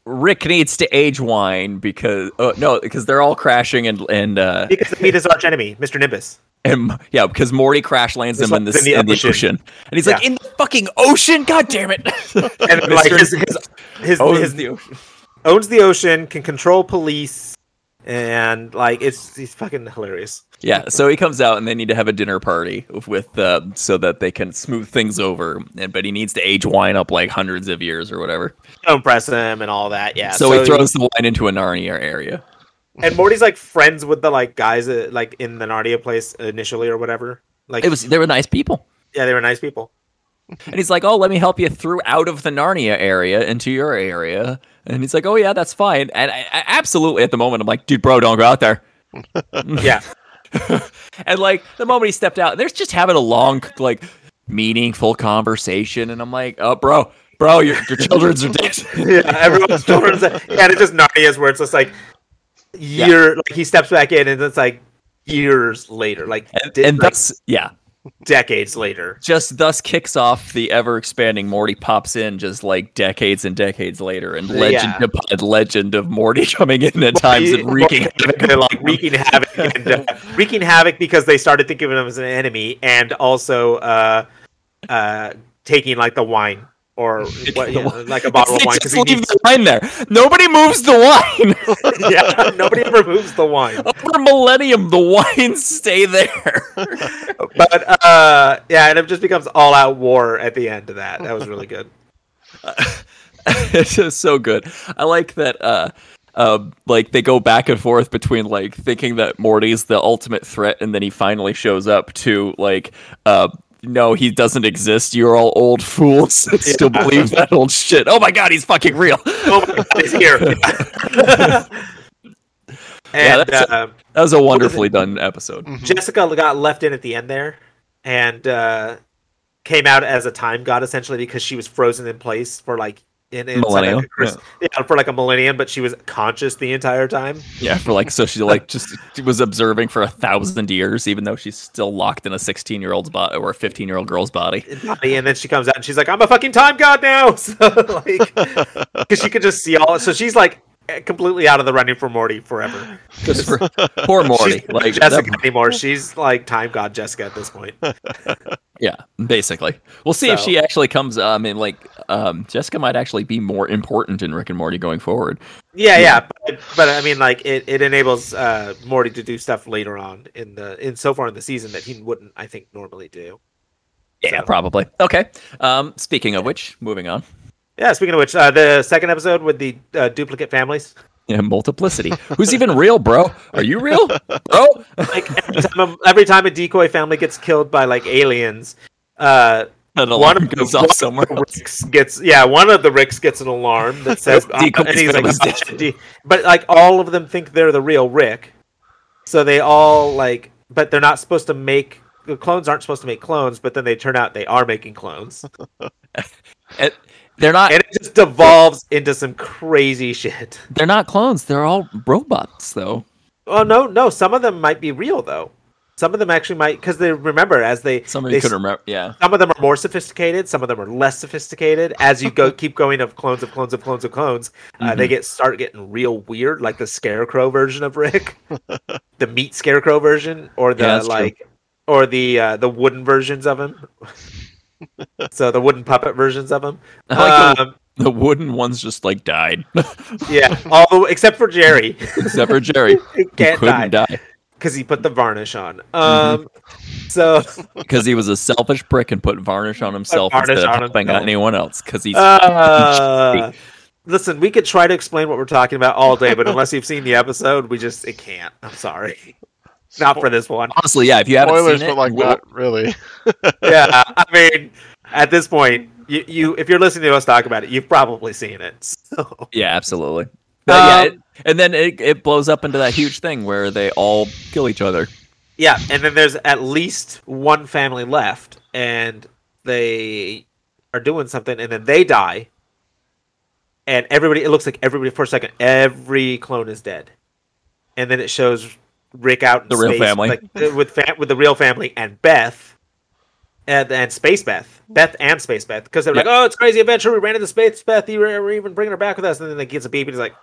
S1: Rick needs to age wine because oh no because they're all crashing and and uh
S2: because they meet his arch enemy, Mr. Nimbus.
S1: and yeah because Morty crash lands
S2: It's
S1: him in
S2: like
S1: the, in the, ocean. and he's like
S2: Yeah.
S1: in the fucking ocean god damn it
S2: And like
S1: Mr.
S2: his his, his,
S1: owns
S2: his
S1: Oh, the ocean.
S2: owns the ocean, can control police, and like it's he's fucking hilarious.
S1: yeah so he comes out and they need to have a dinner party with uh so that they can smooth things over and but he needs to age wine up like hundreds of years or whatever
S2: Don't press him and all that. Yeah.
S1: so, he throws the wine into a Narnia area
S2: and Morty's like friends with the like guys uh, like in the Narnia place initially or whatever. Like
S1: it was they were nice people
S2: yeah, they were nice people.
S1: And he's like, "Oh, let me help you through out of the Narnia area into your area." And he's like, "Oh yeah, that's fine." And I, I absolutely at the moment I'm like, "Dude, bro, don't go out there."
S2: Yeah,
S1: And like the moment he stepped out, they're just having a long like meaningful conversation and I'm like, "Oh, bro, bro, your your children's are dead."
S2: yeah. Everyone's children's yeah. And it's just Narnia's where it's just like year. Like he steps back in and it's like years later, like,
S1: And,
S2: di-
S1: and
S2: like
S1: thus, yeah,
S2: decades later.
S1: just thus kicks off the ever expanding Morty pops in just like decades and decades later, and legend
S2: Yeah.
S1: upon legend of Morty coming in at times and wreaking havoc
S2: They're
S1: upon them.
S2: like wreaking havoc and uh, wreaking havoc because they started thinking of him as an enemy and also uh uh taking like the wine or what, you know, like a bottle of
S1: They
S2: wine
S1: just
S2: he
S1: leave
S2: needs-
S1: the wine there. Nobody moves the wine.
S2: yeah, nobody ever moves the wine.
S1: Over a millennium, the wines stay there.
S2: But uh, yeah, and it just becomes all out war at the end of that. That was really good.
S1: it's just so good. I like that. Uh, um, like they go back and forth between like thinking that Morty's the ultimate threat, and then he finally shows up to like, uh, no, he doesn't exist. You're all old fools that still believe that old shit. Oh my god, he's fucking real.
S2: Oh my god, he's here. and
S1: that's-
S2: uh,
S1: That was a wonderfully done episode.
S3: Mhm.
S2: Jessica got left in at the end there, and uh, came out as a time god essentially because she was frozen in place for like in, in
S1: Millennial,
S2: yeah. for like a millennium, but she was conscious the entire time.
S1: Yeah, for like so she like just she was observing for a thousand years, even though she's still locked in a sixteen year old's body or a fifteen year old girl's body.
S2: in body, and then she comes out and she's like, "I'm a fucking time god now," so, like because she could just see all. So she's like completely out of the running for Morty forever.
S1: Just for poor Morty.
S2: she's not
S1: Like that-
S2: Jessica anymore. She's like time god Jessica at this point.
S1: Yeah, basically. We'll see if
S2: So-
S1: she actually comes. Uh, I mean, like um, Jessica might actually be more important in Rick and Morty going forward.
S2: Yeah, yeah, but, but I mean, like it, it enables uh, Morty to do stuff later on in the in so far in the season that he wouldn't, I think, normally do.
S1: Yeah,
S2: So-
S1: probably. Okay. Um, speaking of which, moving on.
S2: Yeah. Speaking of which, uh, the second episode with the uh, duplicate families.
S1: Yeah, multiplicity. Who's even real, bro? Are you real, bro?
S2: Like every time, a, every time a decoy family gets killed by like aliens, uh,
S1: An
S2: One
S1: alarm
S2: of the-
S1: goes
S2: one
S1: off
S2: of
S1: somewhere. else.
S2: Ricks gets yeah, one of the Ricks gets an alarm that says,
S1: Nope, Deacon
S2: and he's
S1: Spinner
S2: like,
S1: was
S2: "Oh, shit, D-" but like all of them think they're the real Rick, so they all like, but they're not supposed to make the clones aren't supposed to make clones, but then they turn out they are making clones,
S1: And They're not.
S2: and it just devolves into some crazy shit.
S1: They're not clones. They're all robots, though.
S2: Oh no, no, some of them might be real though. Some of them actually might because they remember as they
S1: Somebody
S2: they
S1: could remember. Yeah.
S2: some of them are more sophisticated some of them are less sophisticated as you go keep going of clones of clones of clones of clones uh,
S1: Mm-hmm.
S2: they get start getting real weird like the scarecrow version of rick the meat scarecrow version or the
S1: Yeah, that's true.
S2: like or the uh, the wooden versions of him so the wooden puppet versions of him
S1: I like
S2: um,
S1: the, the wooden ones just like died,
S2: yeah all the, except for jerry
S1: except for Jerry.
S2: he
S1: He
S2: can't
S1: couldn't
S2: die
S1: die.
S2: because he put the varnish on um so
S1: because he was a selfish prick and put varnish on himself
S2: varnish
S1: instead
S2: on
S1: of helping
S2: himself.
S1: out anyone else because he's
S2: Uh, listen, we could try to explain what we're talking about all day, but unless you've seen the episode, we just it can't. I'm sorry, not for this one.
S1: honestly yeah if you haven't
S3: Spoilers,
S1: seen it
S3: but like
S1: we'll-
S3: not really.
S2: Yeah, I mean, at this point, you, you if you're listening to us talk about it, you've probably seen it. So
S1: yeah absolutely But yeah,
S2: Um,
S1: it- and then it, it blows up into that huge thing where they all kill each other
S2: yeah, and then there's at least one family left, and they are doing something, and then they die, and everybody. It looks like everybody for a second, every clone is dead, and then it shows Rick out in
S1: The real
S2: space,
S1: family.
S2: like, uh, with fam- with the real family and Beth, and, and Space Beth, Beth and Space Beth, because they're like, oh, it's crazy adventure. We ran into Space Beth. You were, were even bringing her back with us, and then they gets a beep and he's like,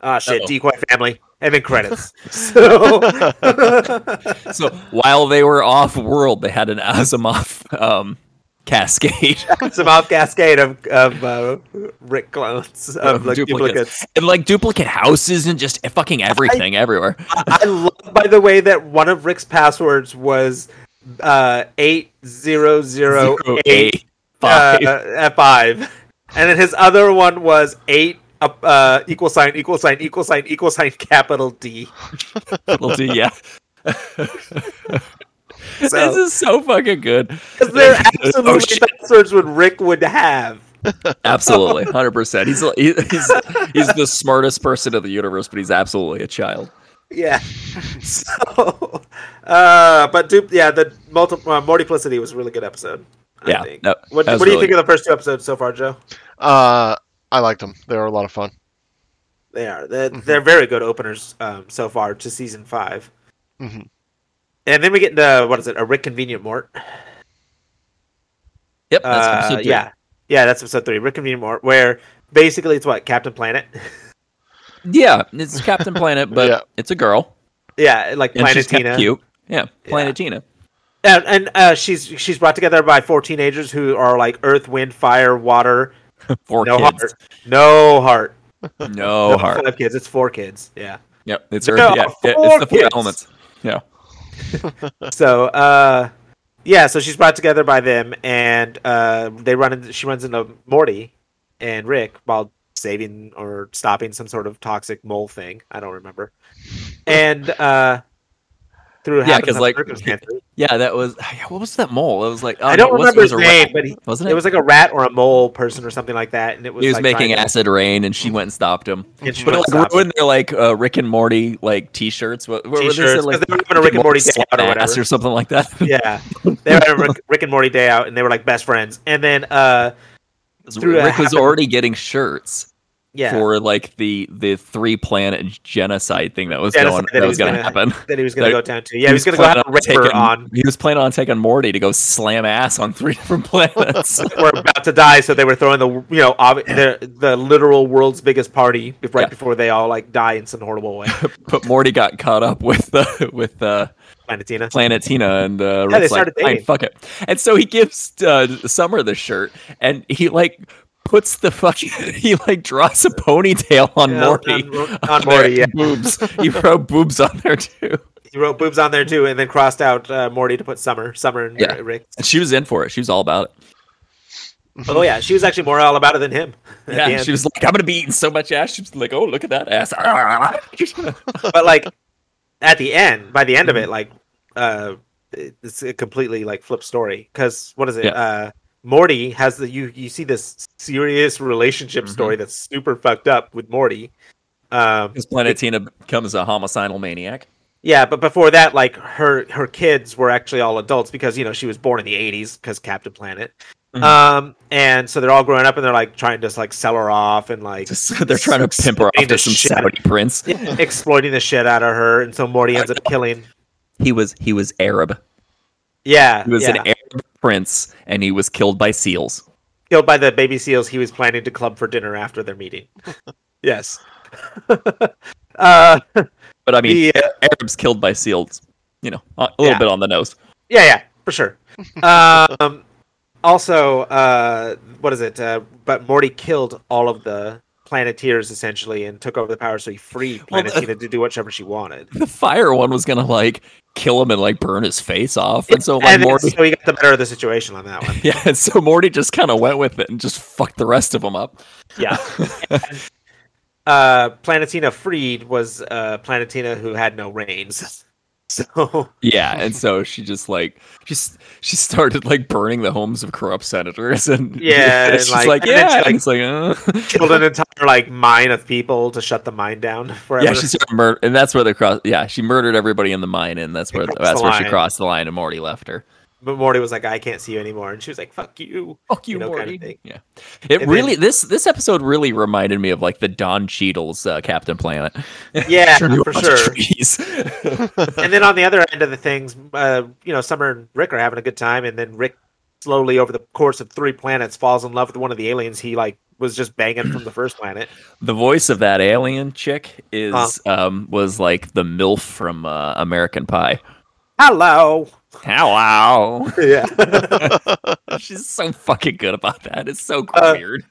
S2: ah, shit,
S1: Uh-oh.
S2: decoy family, and then credits. so.
S1: so while they were off world they had an asimov um, cascade
S2: It's a mouth cascade of, of uh, Rick clones of like, duplicates.
S1: and like duplicate houses and just fucking everything everywhere
S2: I love, by the way, that one of Rick's passwords was uh, eight zero zero
S1: Zero,
S2: eight
S1: Oh, eight, five.
S2: uh, at five, and then his other one was eight uh, uh, equal sign equal sign equal sign equal sign capital D. uh,
S1: Little D, yeah
S2: So-
S1: this is so fucking good
S2: Because they're
S1: Oh,
S2: absolutely
S1: shit.
S2: passwords what Rick would have.
S1: Absolutely, hundred percent. He's he- he's he's the smartest person in the universe, but he's absolutely a child.
S2: Yeah. So, uh, but dupe, yeah, the multi- uh, multiplicity was a really good episode. I
S1: Yeah,
S2: think.
S1: no,
S2: what
S1: that
S2: what
S1: was
S2: do you
S1: really
S2: think of the first two episodes so far, Joe?
S3: Uh, I liked them. They were a lot of fun.
S2: They are. They're,
S1: Mm-hmm.
S2: they're very good openers um, so far to season 5
S1: Mm-hmm.
S3: Mhm.
S2: And then we get into, what is it, a Rick Convenient Mort?
S1: Yep, that's
S2: Uh,
S1: episode three.
S2: yeah. Yeah, that's episode three, Rick Convenient Mort, where basically it's what, Captain Planet?
S1: yeah. It's Captain Planet, but
S3: Yeah.
S1: it's a girl,
S2: yeah, like
S1: and she's
S2: Planetina.
S1: kinda cute. Yeah, Planetina.
S2: and, and uh, she's she's brought together by four teenagers who are like earth, wind, fire, water,
S1: Four
S2: no
S1: kids,
S2: heart, no heart,
S1: no,
S2: no
S1: heart.
S2: Five kids. It's four kids. Yeah.
S1: Yep, it's
S2: There
S1: her.
S2: are
S1: Yeah, it-
S2: four
S1: it's the four
S2: kids.
S1: elements. Yeah,
S2: So, uh, yeah. So she's brought together by them, and uh, they run. Into, she runs into Morty, and Rick while saving or stopping some sort of toxic mole thing. I don't remember. And uh, through
S1: Yeah,
S2: happens
S1: 'cause,
S2: on
S1: like-
S2: circumstances.
S1: Yeah, that was. yeah, What was that mole? It was like oh,
S2: I don't
S1: no, it was-
S2: remember
S1: it was
S2: his
S1: a
S2: name,
S1: rat,
S2: but he,
S1: wasn't it?
S2: it was like a rat or a mole person or something like that, and it was
S1: he was
S2: like,
S1: making
S2: trying to-
S1: acid rain, and she went and stopped him.
S2: and she
S1: But
S2: wouldn't
S1: it
S2: stop
S1: like
S2: it.
S1: ruined their like uh, Rick and Morty like T-shirts. What, what were they said,
S2: T-shirts, 'cause
S1: like,
S2: they were having a Rick and Morty day out or
S1: slap ass
S2: whatever.
S1: or something like that.
S2: yeah, they were having a Rick- Rick and Morty day out, and they were like best friends. And then, uh,
S1: 'Cause
S2: Through a
S1: Rick was
S2: happen-
S1: already getting shirts
S2: yeah,
S1: for like the the three planet genocide thing that was
S2: Genocide
S1: going
S2: that
S1: that
S2: he
S1: was
S2: was
S1: going to
S2: gonna-
S1: happen.
S2: that he was going to
S1: They-
S2: go down to. Yeah, he was going to go
S1: planning
S2: have a Ripper on.
S1: He was planning on taking Morty to go slam ass on three different planets.
S2: We're about to die, so they were throwing the you know ob- the the literal world's biggest party be- right
S1: Yeah.
S2: before they all like die in some horrible way.
S1: but Morty got caught up with uh, with uh,
S2: Planetina.
S1: Planet Tina and uh,
S2: Yeah, they
S1: Rick's like,
S2: started dating.
S1: "Fine, fuck it. And so he gives uh, Summer the shirt, and he like puts the fucking he like draws a ponytail on
S2: Yeah,
S1: Morty.
S2: on,
S1: on
S2: on
S1: there
S2: Morty. Yeah,
S1: and boobs. He wrote boobs on there too.
S2: he wrote boobs on there too, and then crossed out uh, Morty to put Summer, Summer and
S1: Yeah.
S2: Ri- Rick.
S1: And she was in for it. She was all about it.
S2: Oh yeah, she was actually more all about it than him. at the
S1: Yeah,
S2: end.
S1: she was like, "I'm gonna be eating so much ass." She was like, "Oh, look at that ass!"
S2: but like at the end, by the end
S1: Mm-hmm.
S2: of it, like uh, it- it's a completely like flip story because what is it?
S1: Yeah.
S2: Uh, Morty has the you you see this serious relationship
S1: Mhm.
S2: story that's super fucked up with Morty. Um,
S1: Because Planetina becomes a homicidal maniac.
S2: Yeah, but before that, like her her kids were actually all adults because you know she was born in the '80s because Captain Planet,
S1: Mhm.
S2: um, and so they're all growing up and they're like trying to just like sell her off and like
S1: Just, they're trying to pimp her off
S2: Explain
S1: to
S2: the
S1: some
S2: shit.
S1: Saudi prince.
S2: exploiting the shit out of her, and so Morty ends up killing.
S1: He was he was Arab.
S2: Yeah,
S1: He was
S2: yeah.
S1: an Arab prince, and he was killed by seals.
S2: killed by the baby seals he was planning to club for dinner after their meeting. yes. uh,
S1: But I mean,
S2: the, uh,
S1: Arabs killed by seals. You know, a a little
S2: Yeah.
S1: bit on the nose.
S2: yeah, yeah, for sure. Um, also, uh, what is it? Uh, but Morty killed all of the Planeteers essentially and took over the power, so he freed
S1: Well, the-
S2: Planetina to do whatever she wanted.
S1: The fire one was gonna like kill him and like burn his face off, and so like
S2: And
S1: Morty
S2: so he got the better of the situation on that one.
S1: Yeah, and so Morty just kind of went with it and just fucked the rest of them up.
S2: Yeah. uh, Planetina freed was uh, Planetina who had no reins. So
S1: Yeah, and so she just like she s- she started like burning the homes of corrupt senators and
S2: Yeah, and,
S1: she's
S2: like-
S1: like,
S2: and then
S1: yeah,
S2: she,
S1: and
S2: like-
S1: it's like uh.
S2: killed an entire like mine of people to shut the mine down forever.
S1: yeah, she started mur- and that's where the cross. Yeah, she murdered everybody in the mine, and that's where
S2: crossed
S1: that's
S2: the
S1: where she
S2: line.
S1: crossed the line, and Morty left her.
S2: but Morty was like, "I can't see you anymore," and she was like, "Fuck you."
S1: Fuck
S2: you, You know, kind of Morty. thing.
S1: yeah, it
S2: And
S1: really this this episode really reminded me of like the Don Cheadle's uh, Captain Planet.
S2: Yeah,
S1: Turn you
S2: for
S1: a bunch of
S2: sure.
S1: trees.
S2: and then on the other end of the things, uh, you know, Summer and Rick are having a good time, and then Rick slowly over the course of three planets falls in love with one of the aliens he like was just banging from the first planet.
S1: The voice of that alien chick is
S2: Huh.
S1: um was like the MILF from uh, American Pie.
S2: Hello.
S1: Hello.
S2: Yeah.
S1: She's so fucking good about that. It's so
S2: Uh,
S1: weird.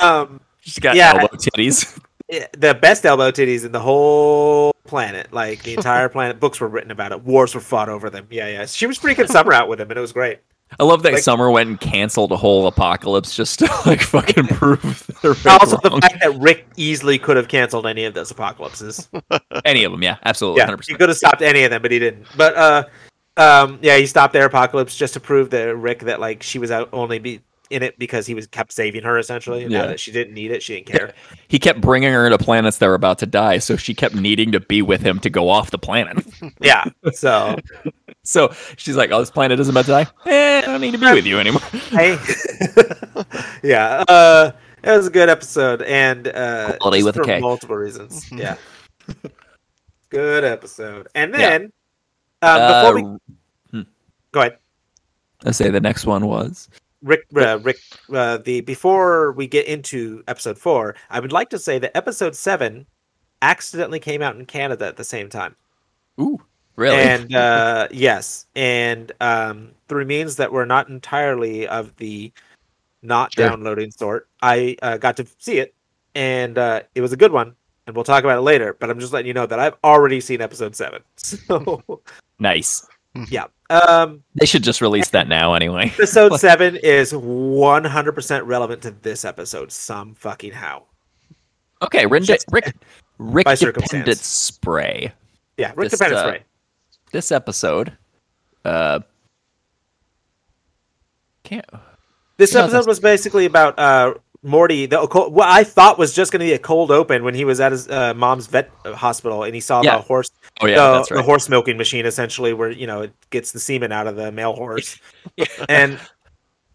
S2: um,
S1: She's got
S2: yeah.
S1: elbow titties.
S2: yeah, the best elbow titties in the whole planet. Like the entire planet. Books were written about it. Wars were fought over them. Yeah, yeah. She was freaking Summer out with him, and it was great.
S1: I love that
S2: Like-
S1: Summer went and canceled a whole apocalypse just to like fucking prove they're
S2: also
S1: also
S2: the fact that Rick easily could have canceled any of those apocalypses.
S1: any of them. Yeah, absolutely.
S2: yeah,
S1: 100%.
S2: he could have stopped any of them, but he didn't. But uh, um, yeah, he stopped their apocalypse just to prove that Rick that like she was out only be in it because he was kept saving her essentially. And now
S1: Yeah.
S2: that she didn't need it, she didn't care.
S1: He kept bringing her into planets that were about to die, so she kept needing to be with him to go off the planet.
S2: yeah, so
S1: So she's like, "Oh, this planet isn't about to die. Eh, I don't need to be with you anymore."
S2: hey, yeah, uh, it was a good episode and uh,
S1: Quality
S2: just
S1: with a
S2: for
S1: K.
S2: multiple reasons.
S3: Mhm.
S2: Yeah, good episode. And
S1: Yeah.
S2: then um,
S1: Uh,
S2: before we go ahead.
S1: I say the next one was
S2: Rick, uh, Rick, uh, the before we get into episode four, I would like to say that episode seven accidentally came out in Canada at the same time,
S1: Ooh, really?
S2: and uh, yes, and um, through means that were not entirely of the not
S3: Sure.
S2: downloading sort, I uh, got to see it, and uh, it was a good one, and we'll talk about it later. But I'm just letting you know that I've already seen episode seven, so
S1: nice.
S2: Yeah. Um,
S1: They should just release that now anyway.
S2: episode seven is 100% relevant to this episode, some fucking how.
S1: Okay, Rick,
S2: Just-
S1: Rick, Rick
S2: by
S1: dependent
S2: circumstance.
S1: spray.
S2: Yeah, Rick
S1: Just,
S2: Dependence
S1: uh,
S2: Ray.
S1: This episode, uh, can't.
S2: This
S1: no,
S2: episode
S1: that's-
S2: was basically about uh, Morty, the occult, what I thought was just going to be a cold open when he was at his uh, mom's vet hospital and he saw
S1: Yeah.
S2: the horse,
S1: Oh yeah,
S2: the,
S1: that's
S2: the
S1: right.
S2: horse milking machine, essentially, where you know it gets the semen out of the male horse, and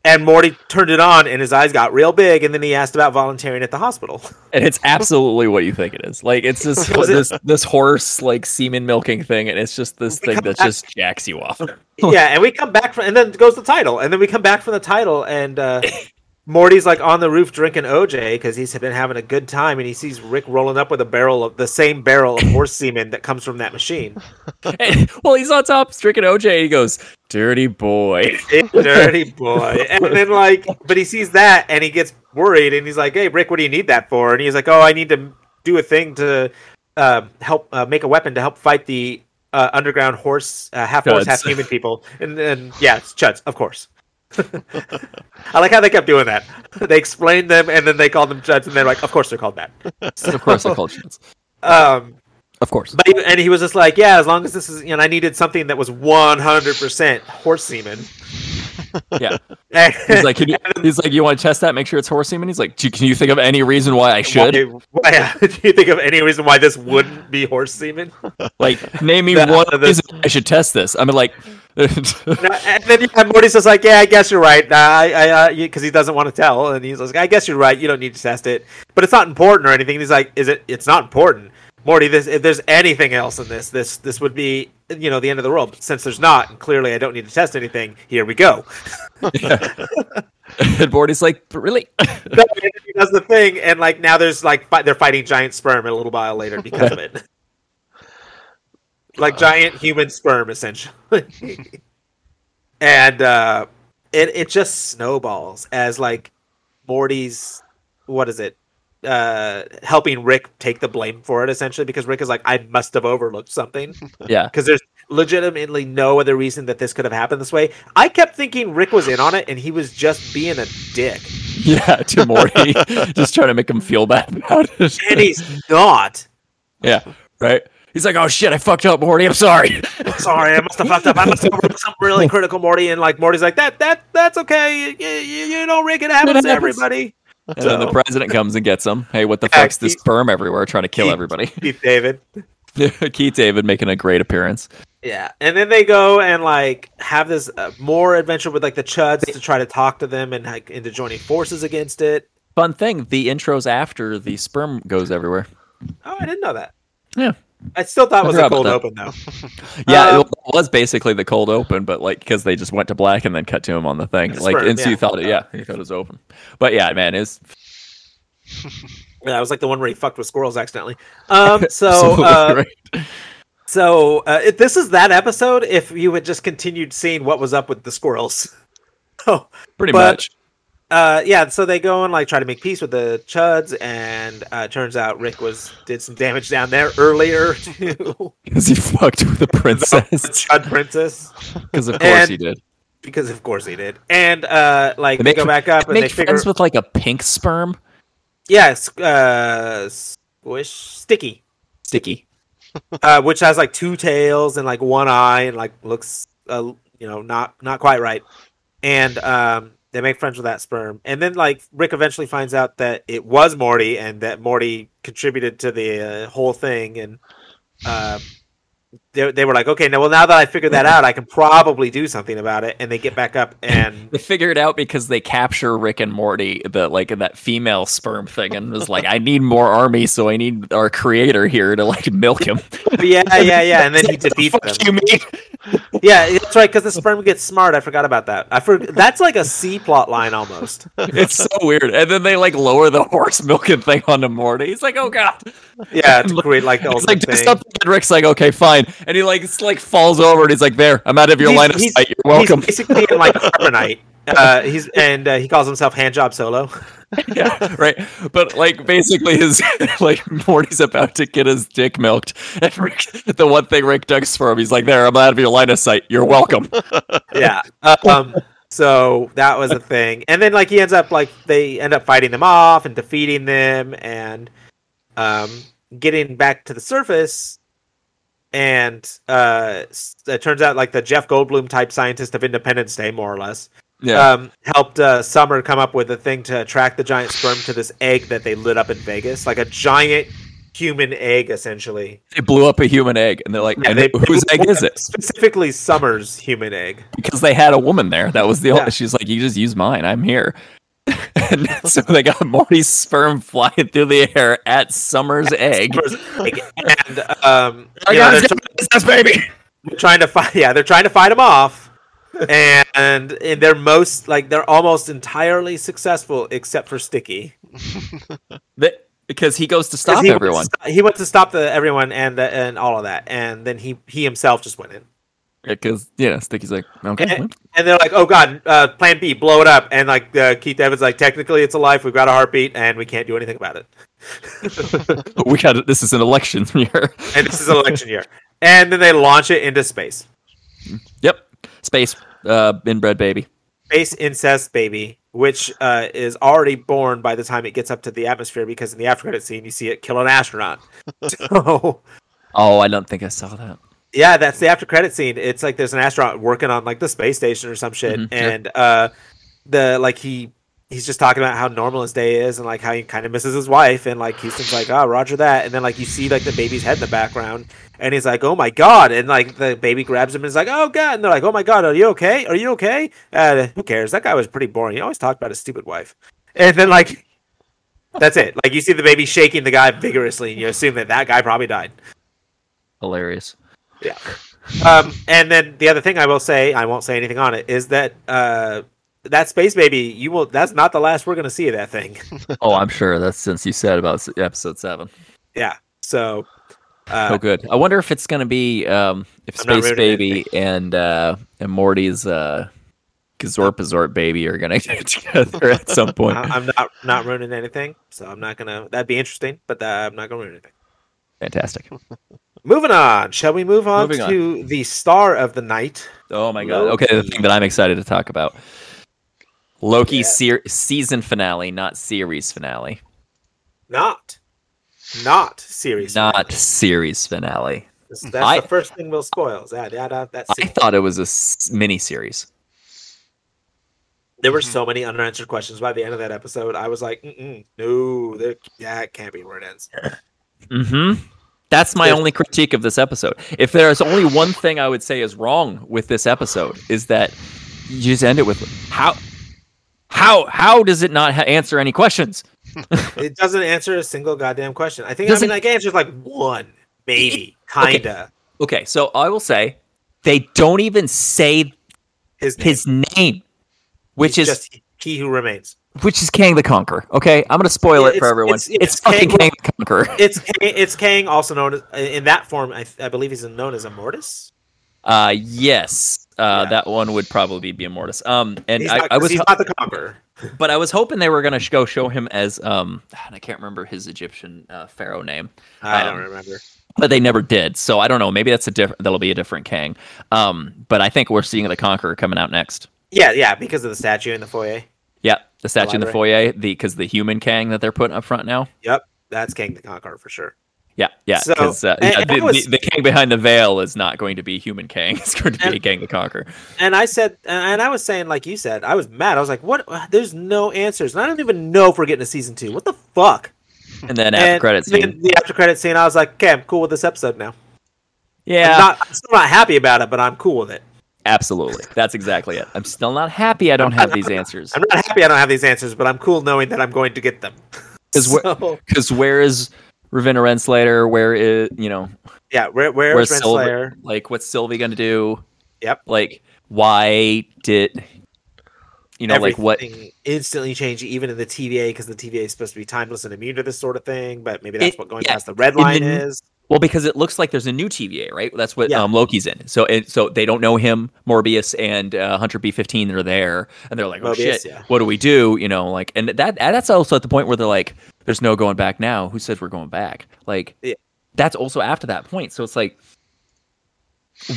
S2: and Morty turned it on and his eyes got real big, and then he asked about volunteering at the hospital.
S1: and it's absolutely what you think it is. Like it's this
S2: Was it-
S1: this this horse like semen milking thing, and it's just this
S2: We
S1: thing
S2: come
S1: that
S2: back-
S1: just jacks you off.
S2: yeah, and we come back from, and then goes the title, and then we come back from the title, and uh, Morty's like on the roof drinking OJ because he's been having a good time, and he sees Rick rolling up with a barrel of the same barrel of horse semen that comes from that machine.
S1: And- well, he's on top drinking OJ. And he goes, "Dirty boy."
S2: Dirty boy. And then like, but he sees that, and he gets worried, and he's like, "Hey, Rick, what do you need that for?" And he's like, "Oh, I need to do a thing to uh, help uh, make a weapon to help fight the." Uh, underground horse, uh, half horse,
S1: Chuds.
S2: half human people, and then yeah, it's chuds, of course. I like how they kept doing that. They explained them, and then they called them chuds, and they're like, "Of course they're called that."
S1: of course, the culture.
S2: Um,
S1: Of course.
S2: but he- and he was just like, "Yeah, as long as this is," you know, I needed something that was one hundred percent horse semen.
S1: Yeah.
S2: And-
S1: He's like, can you, he's like, you want to test that? Make sure it's horse semen. He's like, "Do- can you think of any reason why I should?
S2: Why, why- do you think of any reason why this wouldn't be horse semen?
S1: Like, name me
S2: Nah,
S1: one
S2: this-
S1: reason I should test this. I mean, like,
S2: No, and then yeah, Morty's just like, yeah, I guess you're right. Nah, I, I, because he doesn't want to tell, and he's like, I guess you're right. You don't need to test it, but it's not important or anything. He's like, is it? It's not important, Morty. This, if there's anything else in this, this, this would be, you know, the end of the world. But since there's not, and clearly I don't need to test anything. Here we go.
S1: and Morty's like, but really?
S2: No, and then he does the thing, and like now there's like fi- they're fighting giant sperm a little while later because of it. like giant human sperm, essentially. and uh, it it just snowballs as like Morty's what is it? Uh, helping Rick take the blame for it essentially because Rick is like, I must have overlooked something
S1: yeah.
S2: because there's legitimately no other reason that this could have happened this way. I kept thinking Rick was in on it and he was just being a dick.
S1: Yeah. To Morty, just trying to make him feel bad about it.
S2: and he's not.
S1: Yeah, right. He's like, "Oh shit, I fucked up, Morty. I'm sorry."
S2: I'm sorry, I must have fucked up. I must have overlooked something really critical, Morty. And like Morty's like that, that, that's okay. You, you, you know, Rick, it happens to
S1: happens.
S2: everybody.
S1: and then the president comes and gets him. Hey, what the
S2: Yeah,
S1: fuck's this
S2: Keith-
S1: sperm everywhere trying to kill
S2: Keith-
S1: everybody?
S2: Keith David.
S1: Keith David making a great appearance.
S2: Yeah, and then they go and like have this uh, more adventure with like the Chuds to try to talk to them and like into joining forces against it.
S1: Fun thing, the intro's after the sperm goes everywhere.
S2: Oh, I didn't know that.
S1: Yeah.
S2: I still thought
S1: I
S2: it was
S1: forgot
S2: a
S1: about
S2: cold
S1: that.
S2: open though.
S1: Yeah, it
S2: Um,
S1: wa- was basically the cold open, but like because they just went to black and then cut to him on the thing.
S2: The
S1: like,
S2: sperm,
S1: and so you
S2: yeah.
S1: thought it, yeah, you thought it was open. But yeah, man, it's
S2: Yeah, it was like the one where he fucked with squirrels accidentally. Um, so uh, So uh, if this is that episode. If you had just continued seeing what was up with the squirrels, oh,
S1: pretty
S2: but-
S1: much.
S2: uh, yeah. So they go and like try to make peace with the Chuds, and uh, turns out Rick was did some damage down there earlier to
S1: Because he fucked with the
S2: the
S1: princess.
S2: Chud Princess
S1: Because of course
S2: And-
S1: he did.
S2: because of course he did. And uh, like
S1: They
S2: they,
S1: make
S2: go
S1: fr-
S2: back up and they
S1: Make
S2: figure,
S1: friends with like a pink sperm.
S2: yeah, s- uh, squish sticky.
S1: Sticky.
S2: uh, which has like two tails and like one eye and like looks uh, you know not not quite right and um they make friends with that sperm and then like rick eventually finds out that it was morty and that morty contributed to the uh, whole thing and um they, they were like okay now well now that i figured that out i can probably do something about it and they get back up and
S1: They figure it out because they capture Rick and Morty, the like that female sperm thing, and was like, "I need more army, so I need our creator here to like milk him."
S2: yeah yeah yeah and then he
S1: What the
S2: defeats
S1: fuck
S2: them
S1: you mean?
S2: yeah that's right because the sperm gets smart i forgot about that i for that's like a c plot line almost
S1: It's so weird. And then they like lower the horse milking thing onto Morty. He's like, "Oh god!"
S2: yeah to create like the
S1: He's
S2: ultimate
S1: like, "Do
S2: thing.
S1: something." And Rick's like, "Okay, fine." And he like s- like falls over and he's like, "There, I'm out of your
S2: He's-
S1: line of
S2: he's-
S1: sight. You're
S2: He's
S1: welcome."
S2: basically in like carbonite. Uh, he's and uh, he calls himself Handjob Solo.
S1: yeah, right. But like basically his like Morty's about to get his dick milked. And Rick, the one thing Rick does for him, he's like, There, I'm out of your line of sight. You're welcome.
S2: yeah. Uh, Um, so that was a thing, and then like he ends up like they end up fighting them off and defeating them, and um, getting back to the surface. And uh, s- it turns out like the Jeff Goldblum type scientist of Independence Day, more or less,
S1: Yeah.
S2: um, helped uh, Summer come up with a thing to attract the giant sperm to this egg that they lit up in Vegas, like a giant human egg, essentially.
S1: they blew up a human egg and they're like,
S2: Yeah,
S1: and
S2: they-
S1: whose egg is it?
S2: Specifically, Summer's human egg.
S1: Because they had a woman there. That was the
S2: Yeah.
S1: only she's like, You just use mine, I'm here. And so they got Morty's sperm flying through the air at Summer's egg. Oh,
S2: Summer's egg. And um,
S1: I
S2: you know,
S1: gotta
S2: they're
S1: get this baby.
S2: tr- trying to fight. Yeah, they're trying to fight him off, and, and they're most like they're almost entirely successful except for Sticky.
S1: The- because he goes to
S2: 'Cause
S1: stop
S2: he went to
S1: everyone.
S2: sto- he went to stop the everyone and the, and all of that, and then he he himself just went in.
S1: Because yeah, Sticky's like, okay, well,
S2: and they're like, "Oh God, uh, Plan B, blow it up!" And like uh, Keith Evans, like, technically it's alive. We've got a heartbeat, and we can't do anything about it.
S1: we got this is an election year.
S2: And this is an election year. And then they launch it into space,
S1: Yep. Space. Uh, inbred baby.
S2: space incest baby, which uh, is already born by the time it gets up to the atmosphere. Because in the after credit scene, you see it kill an astronaut. so
S1: Oh, I don't think I saw that.
S2: yeah, that's the after credit scene. It's like there's an astronaut working on like the space station or some shit,
S1: Mhm, sure.
S2: and uh, the like he he's just talking about how normal his day is and like how he kind of misses his wife, and like he seems like oh Roger that, and then like you see like the baby's head in the background, and he's like oh my god, and like the baby grabs him and is like oh god, and they're like oh my god, are you okay? Are you okay? Uh, who cares? That guy was pretty boring. He always talked about his stupid wife, and then like. That's it. Like you see the baby shaking the guy vigorously, and you assume that that guy probably died.
S1: Hilarious.
S2: Um, and then the other thing I will say, I won't say anything on it, is that uh, that space baby, you will. That's not the last we're going to see of that thing.
S1: Oh, I'm sure that's since you said about s- episode seven.
S2: yeah. So.
S1: Oh,
S2: Uh,
S1: good. I wonder if it's gonna be um, if
S2: I'm not
S1: Space
S2: ruining
S1: Baby and uh, and Morty's uh, Gazorp Azorp Baby are gonna get together at some point.
S2: I- I'm not not ruining anything, so I'm not gonna. That'd be interesting, but uh, I'm not gonna ruin anything.
S1: Fantastic.
S2: Moving on. Shall we move on
S1: Moving on.
S2: to the star of the night?
S1: Oh my god. Okay, the thing that I'm excited to talk about. Loki
S2: Yeah.
S1: ser- season finale, not series finale.
S2: Not, not series.
S1: Not
S2: finale.
S1: series finale.
S2: That's,
S1: I-
S2: the first thing we'll spoil. is That that, that, that
S1: I
S2: scene.
S1: thought it was a s- mini series.
S2: there were so many unanswered questions by the end of that episode. I was like, Mm-mm, no, there, that can't be where it ends.
S1: Mm-hmm. That's my
S2: There's-
S1: only critique of this episode. If there is only one thing I would say is wrong with this episode, is that you just end it with how, how, how does it not ha- answer any questions?
S2: It doesn't answer a single goddamn question. I think
S1: Doesn't-
S2: I mean like it answers like one, maybe, kinda.
S1: Okay, so I will say they don't even say
S2: His name.
S1: his name, which
S2: It's
S1: is
S2: just he who remains.
S1: which is Kang the Conqueror. Okay, I'm gonna spoil it
S2: It's-
S1: for everyone.
S2: it's-
S1: It's,
S2: it's
S1: fucking
S2: Kang-
S1: Kang the Conqueror.
S2: It's Kang- it's Kang, also known as in that form. I, I believe he's known as Immortus.
S1: Uh, yes, uh,
S2: Yeah.
S1: that one would probably be Immortus. Um, and
S2: He's
S1: I,
S2: not,
S1: I
S2: 'cause
S1: was
S2: he's not the Conqueror.
S1: but I was hoping they were gonna sh- go show him as um, and I can't remember his Egyptian uh, pharaoh name,
S2: I don't
S1: Um,
S2: remember.
S1: but they never did. So I don't know. Maybe that's a different. That'll be a different Kang. Um, but I think we're seeing the Conqueror coming out next.
S2: Yeah, yeah, because of the statue in the foyer.
S1: Yeah, the statue in the foyer, the because the human Kang that they're putting up front now.
S2: Yep, that's Kang the Conqueror for sure.
S1: Yeah, yeah,
S2: So-
S1: because uh,
S2: and-
S1: yeah,
S2: and
S1: the,
S2: I was-
S1: the, the Kang behind the veil is not going to be human Kang. It's going to
S2: And-
S1: be a Kang the Conqueror.
S2: And I said, and I was saying, like you said, I was mad. I was like, "What? There's no answers, and I don't even know if we're getting a season two. What the fuck?"
S1: And then after
S2: and
S1: credits
S2: then
S1: scene,
S2: the after credit scene, I was like, "Okay, I'm cool with this episode now."
S1: yeah,
S2: I'm, not, I'm still not happy about it, but I'm cool with it.
S1: absolutely. That's exactly it. I'm still not happy. I don't have these answers.
S2: I'm not happy I don't have these answers, but I'm cool knowing that I'm going to get them.
S1: Is where-
S2: So,
S1: because where is Ravenna Renslayer? Where is you know
S2: yeah, where, where's
S1: where's
S2: Renslayer?
S1: Sylvie? Like what's Sylvie gonna do?
S2: Yep.
S1: Like why did you know like what?
S2: Everything instantly changed, even in the TVA, because the TVA is supposed to be timeless and immune to this sort of thing. But maybe that's
S1: It-
S2: what going
S1: yeah,
S2: past the red
S1: in the
S2: line
S1: n-
S2: is.
S1: Well, because it looks like there's a new TVA, right? That's what
S2: Yeah.
S1: um, Loki's in. So, it, so they don't know him. Morbius and uh, Hunter B15 are there, and they're like, "Oh
S2: Mobius,
S1: shit,
S2: yeah.
S1: what do we do?" You know, like, and that that's also at the point where they're like, "There's no going back now." Who says we're going back? Like,
S2: Yeah.
S1: that's also after that point. So it's like,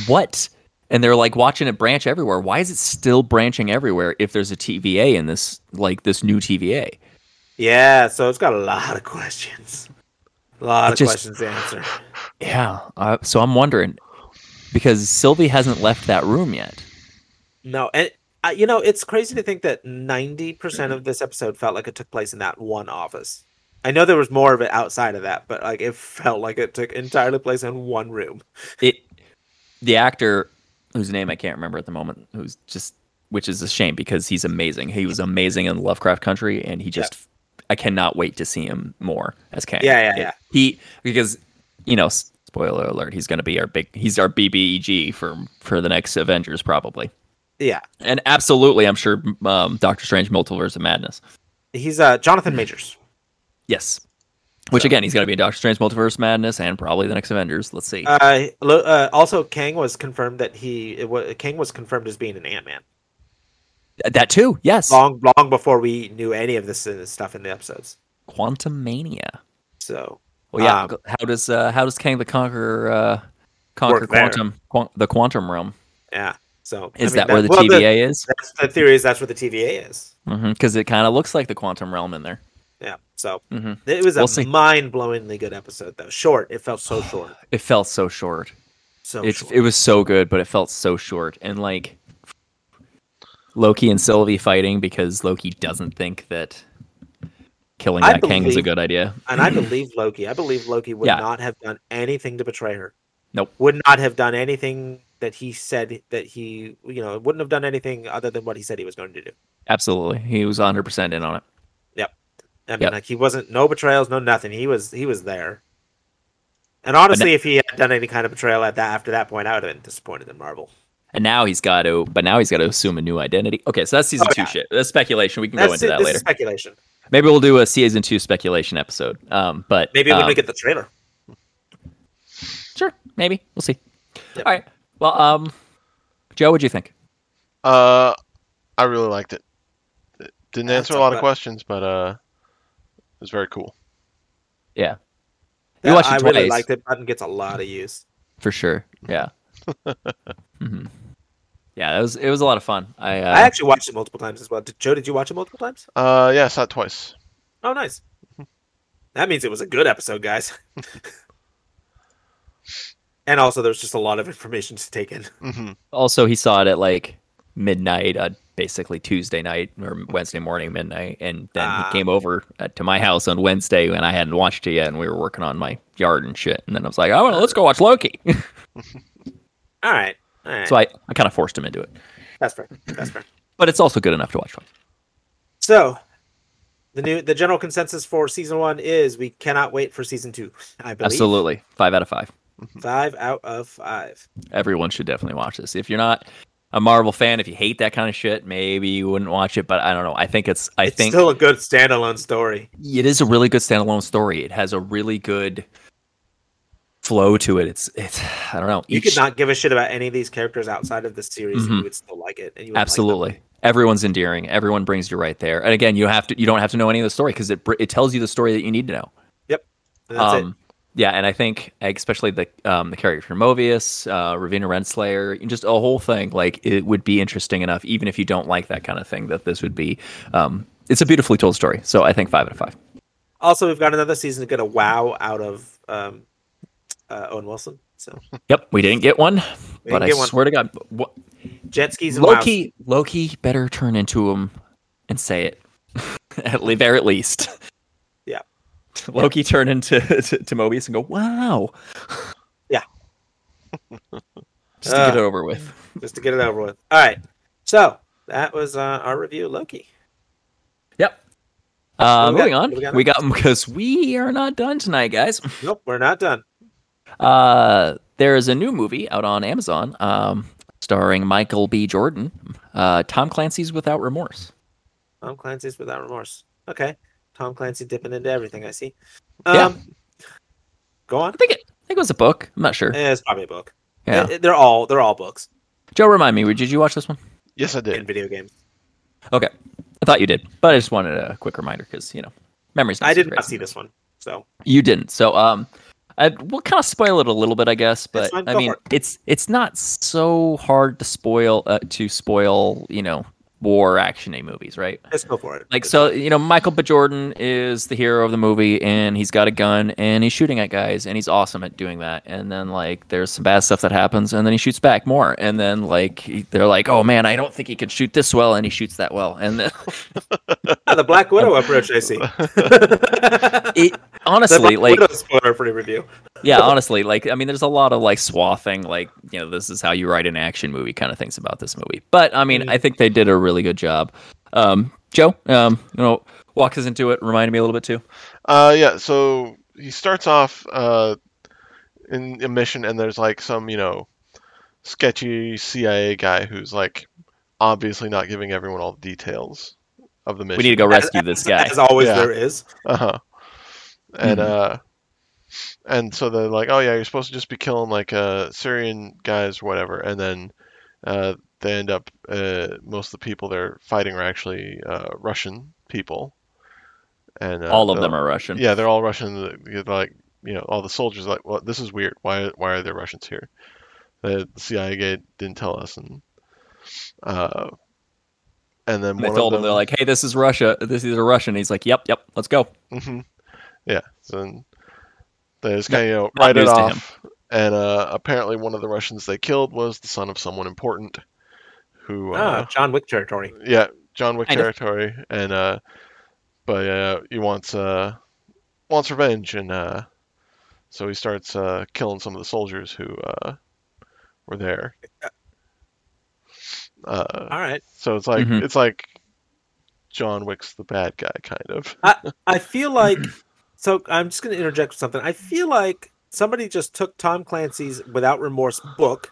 S1: what? And they're like watching it branch everywhere. Why is it still branching everywhere if there's a TVA in this like this new TVA?
S2: Yeah, so it's got a lot of questions. A lot
S1: It
S2: of
S1: just-
S2: questions to answer.
S1: Yeah. Uh, so I'm wondering because Sylvie hasn't left that room yet.
S2: No, and uh, you know it's crazy to think that ninety percent of this episode felt like it took place in that one office. I know there was more of it outside of that, but like it felt like it took entirely place in one room.
S1: It the actor whose name I can't remember at the moment, who's just which is a shame because he's amazing. He was amazing in Lovecraft Country, and he just I cannot wait to see him more as Kang.
S2: Yeah, yeah,
S1: It-
S2: yeah.
S1: He because you know s- spoiler alert, he's going to be our big he's our BBEG for for the next Avengers probably.
S2: Yeah,
S1: And absolutely, I'm sure um, Doctor Strange Multiverse of Madness.
S2: he's uh Jonathan Majors.
S1: Yes. Which
S2: So-
S1: again, he's going to be in Doctor Strange Multiverse Madness and probably the next Avengers. Let's see.
S2: Uh, lo- uh, also Kang was confirmed that he it wa- Kang was confirmed as being an Ant Man
S1: that too. Yes.
S2: long long before we knew any of this uh, stuff in the episodes.
S1: Quantum Mania.
S2: So
S1: Well, yeah.
S2: Um,
S1: how does uh, how does Kang the Conqueror uh, conquer
S2: Work there.
S1: quantum quan- the quantum realm?
S2: yeah, so I
S1: Is
S2: mean,
S1: that, where the
S2: well,
S1: TVA is?
S2: that's the theory is that's where the TVA is.
S1: Because it kind of looks like the quantum realm in there.
S2: Yeah, so
S1: hmm
S2: It was
S1: We'll
S2: a
S1: see.
S2: mind-blowingly good episode, though. Short. It felt so short.
S1: It felt so short.
S2: So
S1: It's
S2: short.
S1: it was so good, but it felt so short. And like Loki and Sylvie fighting because Loki doesn't think that killing
S2: I
S1: that Kang was a
S2: believe-
S1: good idea.
S2: and I believe Loki. I believe Loki would
S1: Yeah.
S2: not have done anything to betray her.
S1: Nope.
S2: Would not have done anything that he said that he, you know, wouldn't have done anything other than what he said he was going to do.
S1: Absolutely, he was 100 percent in on it.
S2: I mean,
S1: Yep.
S2: like he wasn't no betrayals, no nothing. He was he was there. And honestly, if he had done any kind of betrayal at that after that point, I would have been disappointed in Marvel.
S1: And now he's got to, but now he's got to assume a new identity. Okay, so that's season
S2: Oh,
S1: two
S2: yeah.
S1: shit. That's speculation. We can go
S2: That's
S1: into
S2: it.
S1: that
S2: this
S1: later.
S2: is speculation.
S1: Maybe we'll do a season two speculation episode. Um, but
S2: Maybe when
S1: um,
S2: we get the trailer.
S1: sure, maybe we'll see.
S2: Yep.
S1: All right. Well, um, Joe, what'd you think?
S3: Uh, I really liked it. It Didn't
S2: Yeah,
S3: answer a
S2: that's
S3: lot
S2: all
S3: of
S2: that-
S3: questions, but uh, it was very cool.
S1: You watched it
S2: I really
S1: twice.
S2: liked it. Button gets a lot of use.
S1: For sure. Yeah. hmm Yeah, that was it. Was a lot of fun. I, uh,
S2: I actually watched it multiple times as well. Did, Joe, did you watch it multiple times?
S3: Uh, yeah, I saw it twice.
S2: Oh, nice. That means it was a good episode, guys. and also, there's just a lot of information to take in.
S3: hmm
S1: also he saw it at like midnight on basically Tuesday night or Wednesday morning midnight, and then
S2: Ah.
S1: he came over uh, to my house on Wednesday and I hadn't watched it yet, and we were working on my yard and shit, and then I was like, oh, well, let's go watch Loki.
S2: All right, all right.
S1: so I, I kind of forced him into it,
S2: that's fair. That's fair.
S1: but it's also good enough to watch. twice.
S2: So, the new the general consensus for season one is we cannot wait for season two. I believe
S1: Absolutely, five out of five.
S2: five out of five.
S1: Everyone should definitely watch this. If you're not a Marvel fan, if you hate that kind of shit, maybe you wouldn't watch it. But I don't know. I think it's I
S2: it's
S1: think
S2: still a good standalone story.
S1: it is a really good standalone story. It has a really good flow to it. It's it's I don't know.
S2: You
S1: Each-
S2: could not give a shit about any of these characters outside of this series, and
S1: Mhm.
S2: you would still like it. And you would like them.
S1: absolutely everyone's endearing everyone brings you right there and again you have to you don't have to know any of the story because it br- it tells you the story that you need to know
S2: And that's it.
S1: um yeah and i think especially the um the character from movius uh ravina renslayer and just a whole thing like it would be interesting enough even if you don't like that kind of thing that this would be um it's a beautifully told story so i think five out of five
S2: Also, we've got another season to get a wow out of um, uh, Owen Wilson. So
S1: yep we didn't get one
S2: We
S1: but
S2: didn't
S1: i
S2: get one.
S1: swear to god what,
S2: jet skis and wows.
S1: loki loki better turn into him and say it at le- very least
S2: Yeah.
S1: Loki turn into to, to Mobius and go, "Wow!"
S2: Yeah.
S1: Just to
S2: Ugh.
S1: get it over with.
S2: just to get it over with. All right, so that was uh, our review of Loki.
S1: Yep. Uh,
S2: What do we
S1: moving
S2: got?
S1: on,
S2: What do we got
S1: we got because we are not done tonight, guys.
S2: Nope, we're not done.
S1: Uh, there is a new movie out on Amazon, um, starring Michael B. Jordan, uh, Tom Clancy's Without Remorse.
S2: Tom Clancy's without remorse. Okay, Tom Clancy dipping into everything. I see.
S1: Yeah.
S2: Um, go on.
S1: I think it. I think think it was a book. I'm not sure.
S2: Eh, it's probably a book.
S1: Yeah.
S2: Eh, eh, they're all they're all books
S1: Joe, remind me. Did you watch this one?
S3: Yes, I
S2: in
S3: did.
S2: video games.
S1: Okay, I thought you did, but I just wanted a quick reminder because you know, memories.
S2: I
S1: so
S2: did
S1: great
S2: not see this one, so
S1: You didn't. So um I we'll kind of spoil it a little bit, I guess, but
S2: fine,
S1: I
S2: go
S1: mean,
S2: for
S1: it's it's not so hard to spoil uh, to spoil, you know, war actiony movies, right?
S2: let's go for it.
S1: Like so, you know, Michael B. Jordan is the hero of the movie, and he's got a gun, and he's shooting at guys, and he's awesome at doing that. And then like, there's some bad stuff that happens, and then he shoots back more, and then like, he- they're like, oh man, I don't think he could shoot this well, and he shoots that well, and then,
S2: Ah, the Black Widow approach I see.
S1: it
S2: The
S1: honestly
S2: Black
S1: like
S2: Widow spoiler free review.
S1: yeah honestly like i mean there's a lot of like swathing like you know this is how you write an action movie kind of things about this movie but i
S3: Mm-hmm.
S1: mean i think they did a really good job um joe um you know walk us into it remind me a little bit too
S3: Uh, yeah. So he starts off uh, in a mission, and there's like some you know sketchy CIA guy who's like obviously not giving everyone all the details of the mission.
S1: we need to go rescue this guy
S2: As always,
S3: Yeah.
S2: there is.
S3: Uh-huh. And
S1: Mhm.
S3: uh and so they're like, "Oh yeah, you're supposed to just be killing like uh Syrian guys or whatever." And then uh they end up uh most of the people they're fighting are actually uh Russian people. And uh,
S1: all of
S3: they're-
S1: them are russian
S3: Yeah, they're all Russian. They're like, you know, all the soldiers are like, "Well, this is weird. Why why are there Russians here?" The CIA guy didn't tell us and uh and then
S1: and they
S3: one
S1: told
S3: of
S1: him they're like hey this is russia this is a russian he's like yep yep let's go
S3: hmm Yeah. So they just
S1: No,
S3: kind of you know,
S1: not
S3: write it
S1: news to him.
S3: off. And uh, apparently, one of the Russians they killed was the son of someone important, who uh,
S2: Ah, John Wick territory.
S3: yeah, John Wick
S1: Kind of.
S3: territory, and uh, but uh, he wants uh, wants revenge, and uh, so he starts uh, killing some of the soldiers who uh, were there. Uh,
S2: All right.
S3: so it's like
S1: Mhm.
S3: it's like John Wick's the bad guy, kind of.
S2: I feel like so. I'm just going to interject with something. I feel like somebody just took Tom Clancy's Without Remorse book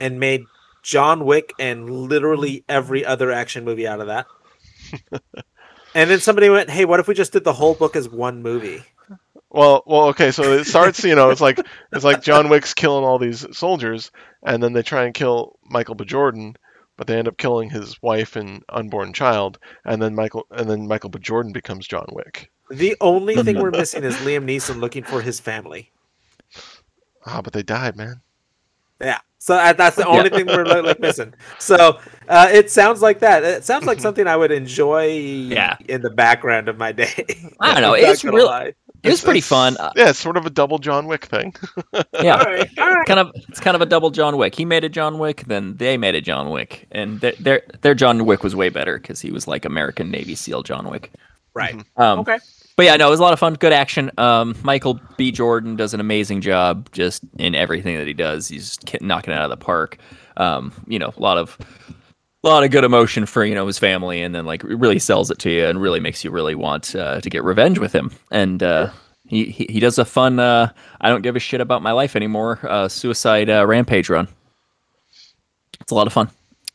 S2: and made John Wick and literally every other action movie out of that. and then somebody went, "Hey, what if we just did the whole book as one movie?"
S3: Well, well, okay. So it starts, you know, it's like it's like John Wick's killing all these soldiers, and then they try and kill Michael B. Jordan, but they end up killing his wife and unborn child, and then Michael and then Michael B. Jordan becomes John Wick.
S2: The only thing we're missing is Liam Neeson looking for his family.
S3: Ah, but they died, man.
S2: Yeah. So uh, that's the only thing we're like missing. So uh, it sounds like that. It sounds like something I would enjoy
S1: Mm-hmm. Yeah.
S2: in the background of my day.
S1: I don't know,
S2: I'm not
S1: it's
S2: gonna
S1: real-
S2: lie.
S1: it was
S3: It's-
S1: pretty
S3: it's-
S1: fun uh,
S3: Yeah, it's sort of a double John Wick thing.
S1: yeah
S2: All right, all right.
S1: kind of it's kind of a double John Wick. He made a John Wick, then they made a John Wick, and their their, their John Wick was way better because he was like American Navy SEAL John Wick.
S2: Right.
S1: Um,
S2: Okay.
S1: But yeah, no, it was a lot of fun. Good action. Um, Michael B. Jordan does an amazing job just in everything that he does. He's just ki- knocking it out of the park. Um, you know, a lot of a lot of good emotion for you know his family, and then like really sells it to you and really makes you really want uh, to get revenge with him. And uh, he, he he does a fun. Uh, I don't give a shit about my life anymore. Uh, suicide uh, rampage run. It's a lot of fun.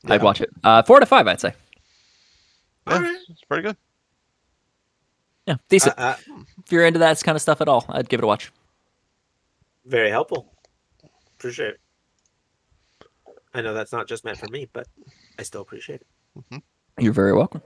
S1: I'd
S3: Yeah.
S1: watch it. Uh, four to five, I'd say.
S2: All
S3: Yeah,
S2: right.
S3: it's pretty good.
S1: Yeah, decent.
S2: Uh, uh,
S1: if you're into that kind of stuff at all, I'd give it a watch.
S2: very helpful. Appreciate it. I know that's not just meant for me, but I still appreciate it.
S1: You're very welcome.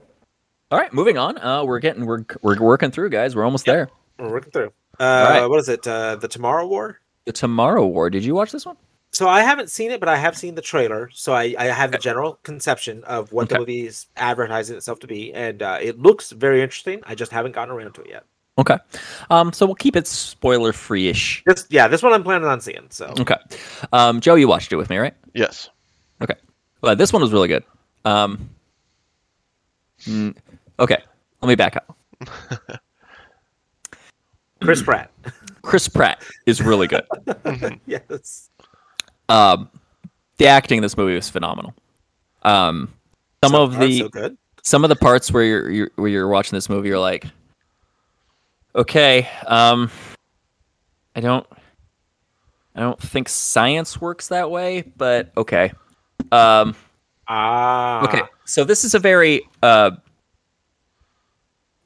S1: All right, moving on. Uh, we're getting we're we're working through, guys. We're almost there.
S2: We're working through. Uh,
S1: right.
S2: What is it? Uh, the Tomorrow War.
S1: The Tomorrow War. Did you watch this one?
S2: So I haven't seen it, but I have seen the trailer. So I, I have the general conception of what the
S1: Okay.
S2: movie is advertising itself to be, and uh, it looks very interesting. I just haven't gotten around to it yet.
S1: Okay. Um, so we'll keep it spoiler free ish.
S2: This, yeah, this one I'm planning on seeing. So
S1: Okay. Um, Joe, you watched it with me, right?
S3: Yes.
S1: Okay. Well, this one was really good. Um, mm, okay. Let me back up.
S2: Chris Pratt,
S1: Chris Pratt is really good.
S2: yes,
S1: um, the acting in this movie was phenomenal. Um, some
S2: So
S1: of
S2: far,
S1: the
S2: so good.
S1: some of the parts where you're, you're where you're watching this movie are like okay um i don't i don't think science works that way but okay um
S2: Ah,
S1: okay so this is a very uh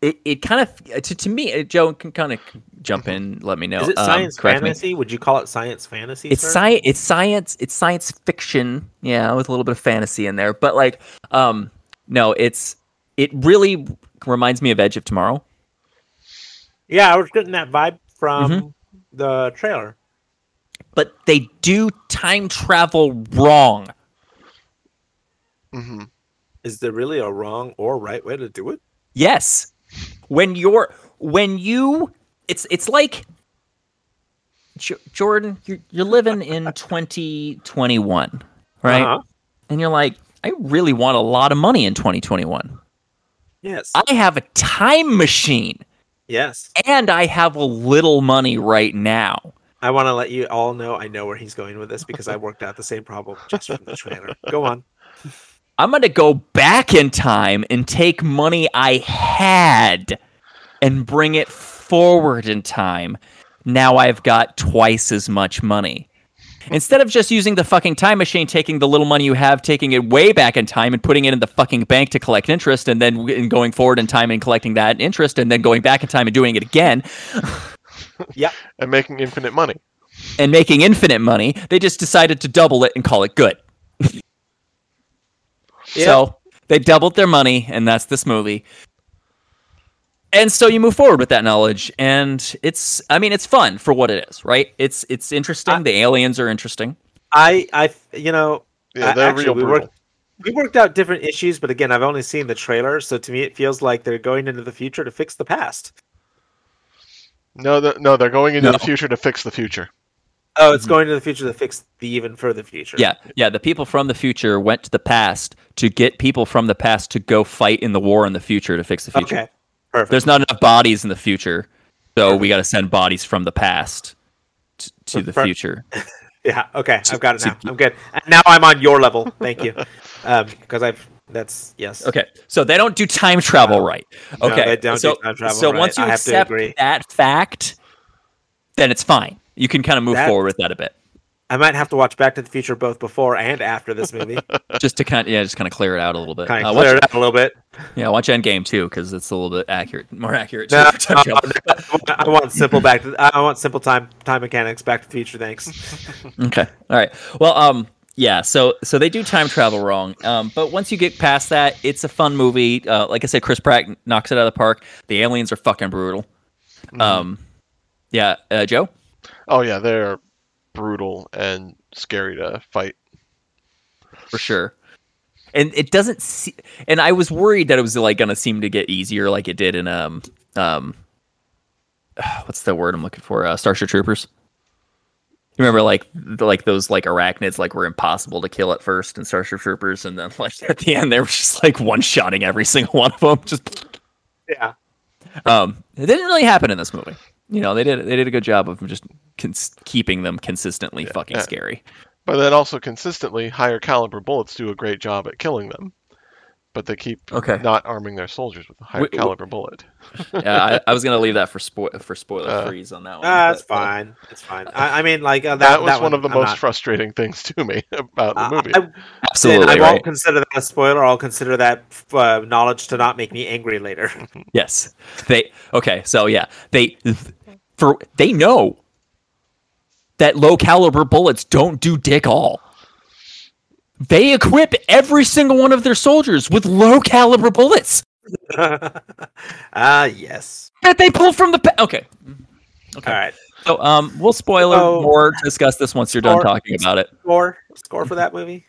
S1: it, it kind of to, to me it, joe can kind of jump in let me know
S2: Is it
S1: um,
S2: science
S1: correct me.
S2: fantasy? Would you call it science fantasy?
S1: it's
S2: sir?
S1: science it's science it's science fiction yeah with a little bit of fantasy in there but like um no it's it really reminds me of edge of tomorrow
S2: Yeah, I was getting that vibe from
S1: Mm-hmm.
S2: the trailer.
S1: but they do time travel wrong
S3: hmm
S2: Is there really a wrong or right way to do it?
S1: Yes. When you're when you it's it's like J- Jordan, you're you're living in 2021, right?
S2: Uh-huh.
S1: And you're like, I really want a lot of money in 2021.
S2: Yes.
S1: I have a time machine
S2: yes.
S1: and I have a little money right now.
S2: I want to let you all know I know where he's going with this because I worked out the same problem just from the trailer. Go on.
S1: I'm going to go back in time and take money I had and bring it forward in time. Now I've got twice as much money. Instead of just using the fucking time machine, taking the little money you have, taking it way back in time and putting it in the fucking bank to collect interest and then and going forward in time and collecting that interest and then going back in time and doing it again
S3: And making infinite money.
S1: and making infinite money, they just decided to double it and call it good. So they doubled their money, and that's this movie. And so you move forward with that knowledge, and it's I mean it's fun for what it is, right? It's it's interesting.
S2: I-
S1: the aliens are interesting.
S2: I, I, you know,
S3: Yeah,
S2: I-
S3: they're
S2: actually,
S3: real
S2: we
S3: brutal.
S2: worked- we worked out different issues, but again, I've only seen the trailer, so to me, it feels like they're going into the future to fix the past.
S3: No, th- no, they're going into
S1: No.
S3: the future to fix the future.
S2: Oh, it's
S1: Mhm.
S2: going to the future to fix the even further future.
S1: Yeah, yeah. The people from the future went to the past to get people from the past to go fight in the war in the future to fix the future.
S2: Okay. Perfect.
S1: There's not enough bodies in the future, so we got to send bodies from the past t- to the
S2: Per-
S1: future.
S2: Yeah. Okay. I've got it
S1: to-
S2: now. I'm good. And Now I'm on your level. Thank you. Um, because I've that's yes.
S1: Okay, so they don't do time travel right.
S2: No,
S1: Okay,
S2: they don't
S1: so,
S2: do time travel
S1: so
S2: right.
S1: once you
S2: I have to
S1: accept
S2: agree.
S1: that fact, then it's fine. You can kind of move
S2: That-
S1: forward with that a bit,
S2: I might have to watch Back to the Future both before and after this movie.
S1: just to kind of, yeah, just kind of clear it out a little bit.
S2: Kind
S1: Uh,
S2: of
S1: watch,
S2: clear it up a little bit.
S1: yeah, watch Endgame too because it's a little bit accurate, more accurate.
S2: No,
S1: to-
S2: no, no, I want simple back. To, I want simple time time mechanics. Back to the Future. Thanks.
S1: Okay. All right. Well, um, yeah. So, so they do time travel wrong. Um, but once you get past that, it's a fun movie. Uh, like I said, Chris Pratt knocks it out of the park. The aliens are fucking brutal.
S2: Mm-hmm.
S1: Um, yeah. Uh, Joe.
S3: Oh yeah, they're brutal and scary to fight.
S1: for sure. And it doesn't see, and I was worried that it was like gonna seem to get easier, like it did in um um, what's the word I'm looking for? Uh, Starship Troopers. You remember like th- like those like arachnids like were impossible to kill at first in Starship Troopers, and then like at the end they were just like one shotting every single one of them. Just
S2: Yeah.
S1: um, it didn't really happen in this movie. You know, they did they did a good job of just cons- keeping them consistently fucking
S3: yeah.
S1: scary.
S3: But then also consistently, higher caliber bullets do a great job at killing them. But they keep
S1: Okay.
S3: not arming their soldiers with a higher
S1: Wh- wh-
S3: caliber bullet.
S1: yeah, I, I was gonna leave that for spo- for spoiler
S3: Uh,
S1: freeze on that one.
S2: Ah, it's
S1: but, uh,
S2: fine. It's fine. I, I mean, like uh, that,
S3: That, was
S2: that
S3: one, of the
S2: I'm
S3: most
S2: not-
S3: frustrating things to me about the
S2: I-
S3: movie.
S2: I,
S1: Absolutely
S2: I won't
S1: right.
S2: consider that a spoiler. I'll consider that uh, knowledge to not make me angry later.
S1: Yes. They okay, so yeah. They for they know that low caliber bullets don't do dick all. They equip every single one of their soldiers with low caliber bullets
S2: Ah, yes.
S1: that they pull from the pa- okay. Okay.
S2: All right.
S1: So um we'll spoiler
S2: So-
S1: more discuss this once you're done
S2: Oh. Or-
S1: talking about it.
S2: Score score for that movie.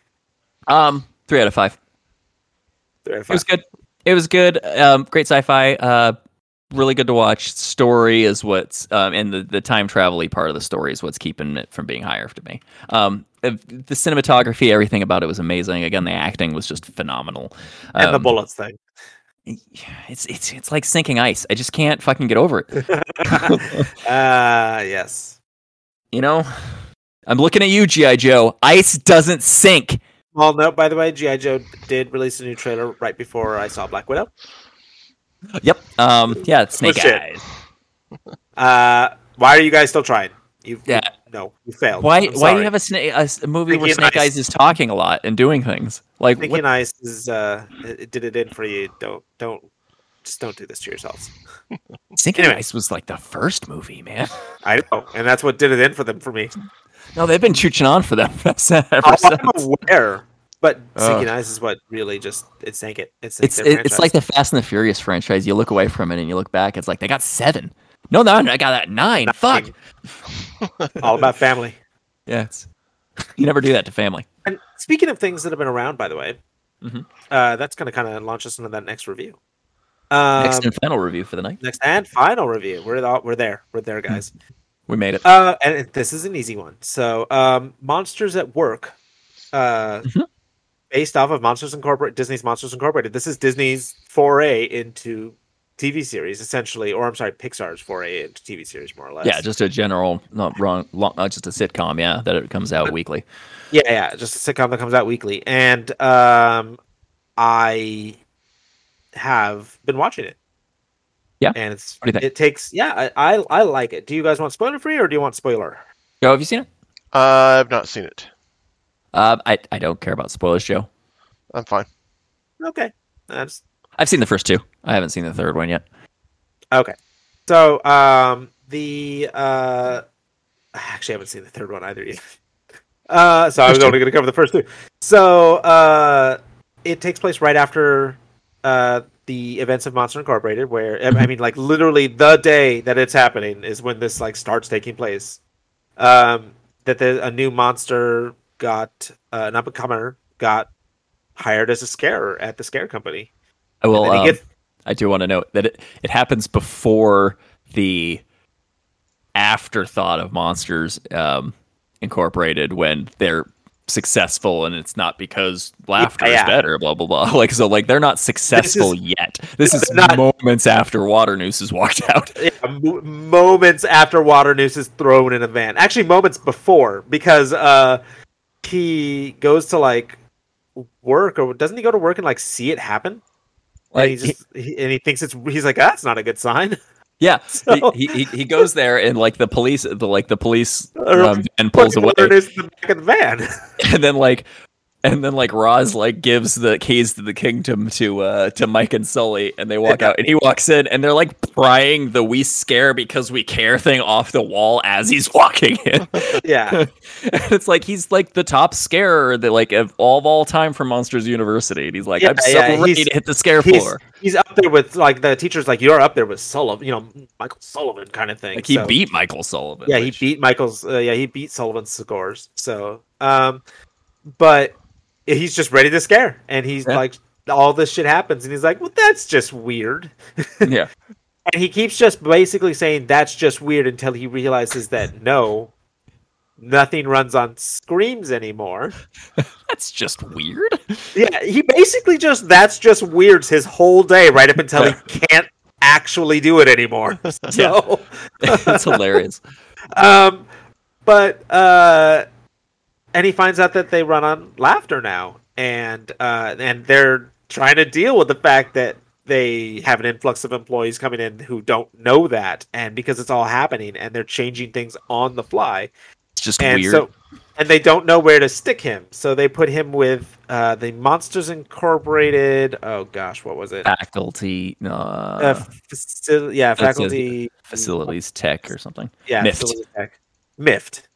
S1: Um 3 out of 5.
S2: Three out of
S1: It was
S2: five.
S1: good. It was good. Um, great sci-fi. Uh, really good to watch. Story is what's um, and the the time travel part of the story is what's keeping it from being higher to me. Um, the the cinematography, everything about it was amazing. Again, the acting was just phenomenal.
S2: And the
S1: Um,
S2: bullets thing.
S1: It's it's it's like sinking ice. I just can't fucking get over it.
S2: Ah, yes.
S1: You know. I'm looking at you, GI Joe. Ice doesn't sink.
S2: Well, note by the way, GI Joe did release a new trailer right before I saw Black Widow.
S1: Yep. Um. Yeah. It's snake
S2: shit.
S1: eyes.
S2: Uh, why are you guys still trying? You
S1: Yeah.
S2: no, you failed.
S1: Why?
S2: I'm
S1: Why do
S2: sorry.
S1: you have a snake? A s- movie where
S2: Thinking
S1: Snake
S2: Ice.
S1: Eyes is talking a lot and doing things like what-
S2: Thinking Ice is uh, it it did it in for you. Don't don't just don't do this to yourselves.
S1: Sinking
S2: Anyway.
S1: Ice was like the first movie, man.
S2: I know, and that's what did it in for them for me.
S1: No, they've been chooching on for them ever since.
S2: Oh, I'm aware, but
S3: Oh.
S2: Sinking Eyes is what really just it sank it. It sank
S1: It's
S2: their
S1: it, it's
S2: franchise.
S1: like the Fast and the Furious franchise. You look away from it and you look back. It's like they got seven. No, no, I got that nine. Fuck.
S2: all about family.
S1: Yeah, it's, you never do that to family.
S2: And speaking of things that have been around, by the way,
S1: Mhm.
S2: uh, that's going to kind of launch us into that next review. Um,
S1: Next
S2: next,
S1: and final review for the night.
S2: and final review. We're all, we're there. We're there, guys.
S1: We made it.
S2: Uh, and it- this is an easy one. So, um, Monsters at Work, uh,
S1: Mhm.
S2: based off of Monsters Incorporated, Disney's Monsters Incorporated. This is Disney's foray into TV series, essentially, or I'm sorry, Pixar's foray into TV series, more or less.
S1: yeah, just a general, not wrong, long, not just a sitcom. Yeah, that it comes out weekly.
S2: Yeah, yeah, just a sitcom that comes out weekly, and um, I have been watching it.
S1: Yeah?
S2: and it's
S1: What do you think?
S2: it takes yeah, I, I I like it. Do you guys want spoiler free or do you want spoiler?
S1: Joe, have you seen it?
S3: I've not seen it.
S1: Uh, I I don't care about spoilers, Joe.
S3: I'm fine.
S2: Okay, that's
S1: I've seen the first two. I haven't seen the third one yet.
S2: okay. So um, the uh, I actually haven't seen the third one either yet. Uh, so I was
S1: First two.
S2: only going to cover the first two. So uh, it takes place right after uh, the events of Monster Incorporated, where I- I mean, like literally the day that it's happening is when this like starts taking place. Um, that the, a new monster got uh, an up and comer got hired as a scarer at the scare company.
S1: I
S2: And
S1: will.
S2: then he
S1: um,
S2: gets-
S1: I do want to note that it, it happens before the afterthought of Monsters um, Incorporated when they're successful and it's not because laughter
S2: yeah.
S1: is better blah blah blah like so like they're not successful yet this is
S2: they're not-
S1: moments after water noose has walked out
S2: yeah, m- moments after water noose is thrown in a van actually moments before because uh he goes to like work or doesn't he go to work and like see it happen and he
S1: like
S2: just he, and he thinks it's he's like ah, that's not a good sign
S1: yeah
S2: So-
S1: he, he, he- he goes there and like the police the like the police
S2: Or-
S1: um, and pulls away
S2: Water Noose in the back of the van
S1: and then like and then like Roz like gives the keys to the kingdom to uh to Mike and Sully and they walk out and he walks in and they're like prying the we scare because we care thing off the wall as he's walking in.
S2: yeah
S1: and it's like he's like the top scarer that like of all of all time from Monsters University. And he's like,
S2: Yeah,
S1: I'm so
S2: yeah,
S1: ready
S2: he's-
S1: to hit the scare
S2: he's,
S1: floor.
S2: he's up there with like the teacher's like you're up there with sullivan you know michael sullivan kind of thing
S1: Like he
S2: so-
S1: beat Michael Sullivan.
S2: yeah
S1: which-
S2: he beat michael's uh, yeah he beat sullivan's scores so um but he's just ready to scare and he's
S1: Yeah.
S2: like all this shit happens and he's like well that's just weird
S1: yeah.
S2: and he keeps just basically saying that's just weird until he realizes that no nothing runs on screams anymore
S1: That's just weird.
S2: yeah he basically just that's just weirds his whole day right up until he can't actually do it anymore so
S1: it's hilarious.
S2: um, but uh, and he finds out that they run on laughter now, and uh, and they're trying to deal with the fact that they have an influx of employees coming in who don't know that, and because it's all happening, and they're changing things on the fly,
S1: It's just
S2: and
S1: weird.
S2: so. And they don't know where to stick him, so they put him with uh, the Monsters Incorporated. Oh gosh, what was it?
S1: faculty uh,
S2: Uh, faci- yeah,
S1: that's it.
S2: faculty
S1: facilities tech or something.
S2: yeah,
S1: Miffed.
S2: Facility Tech. Miffed.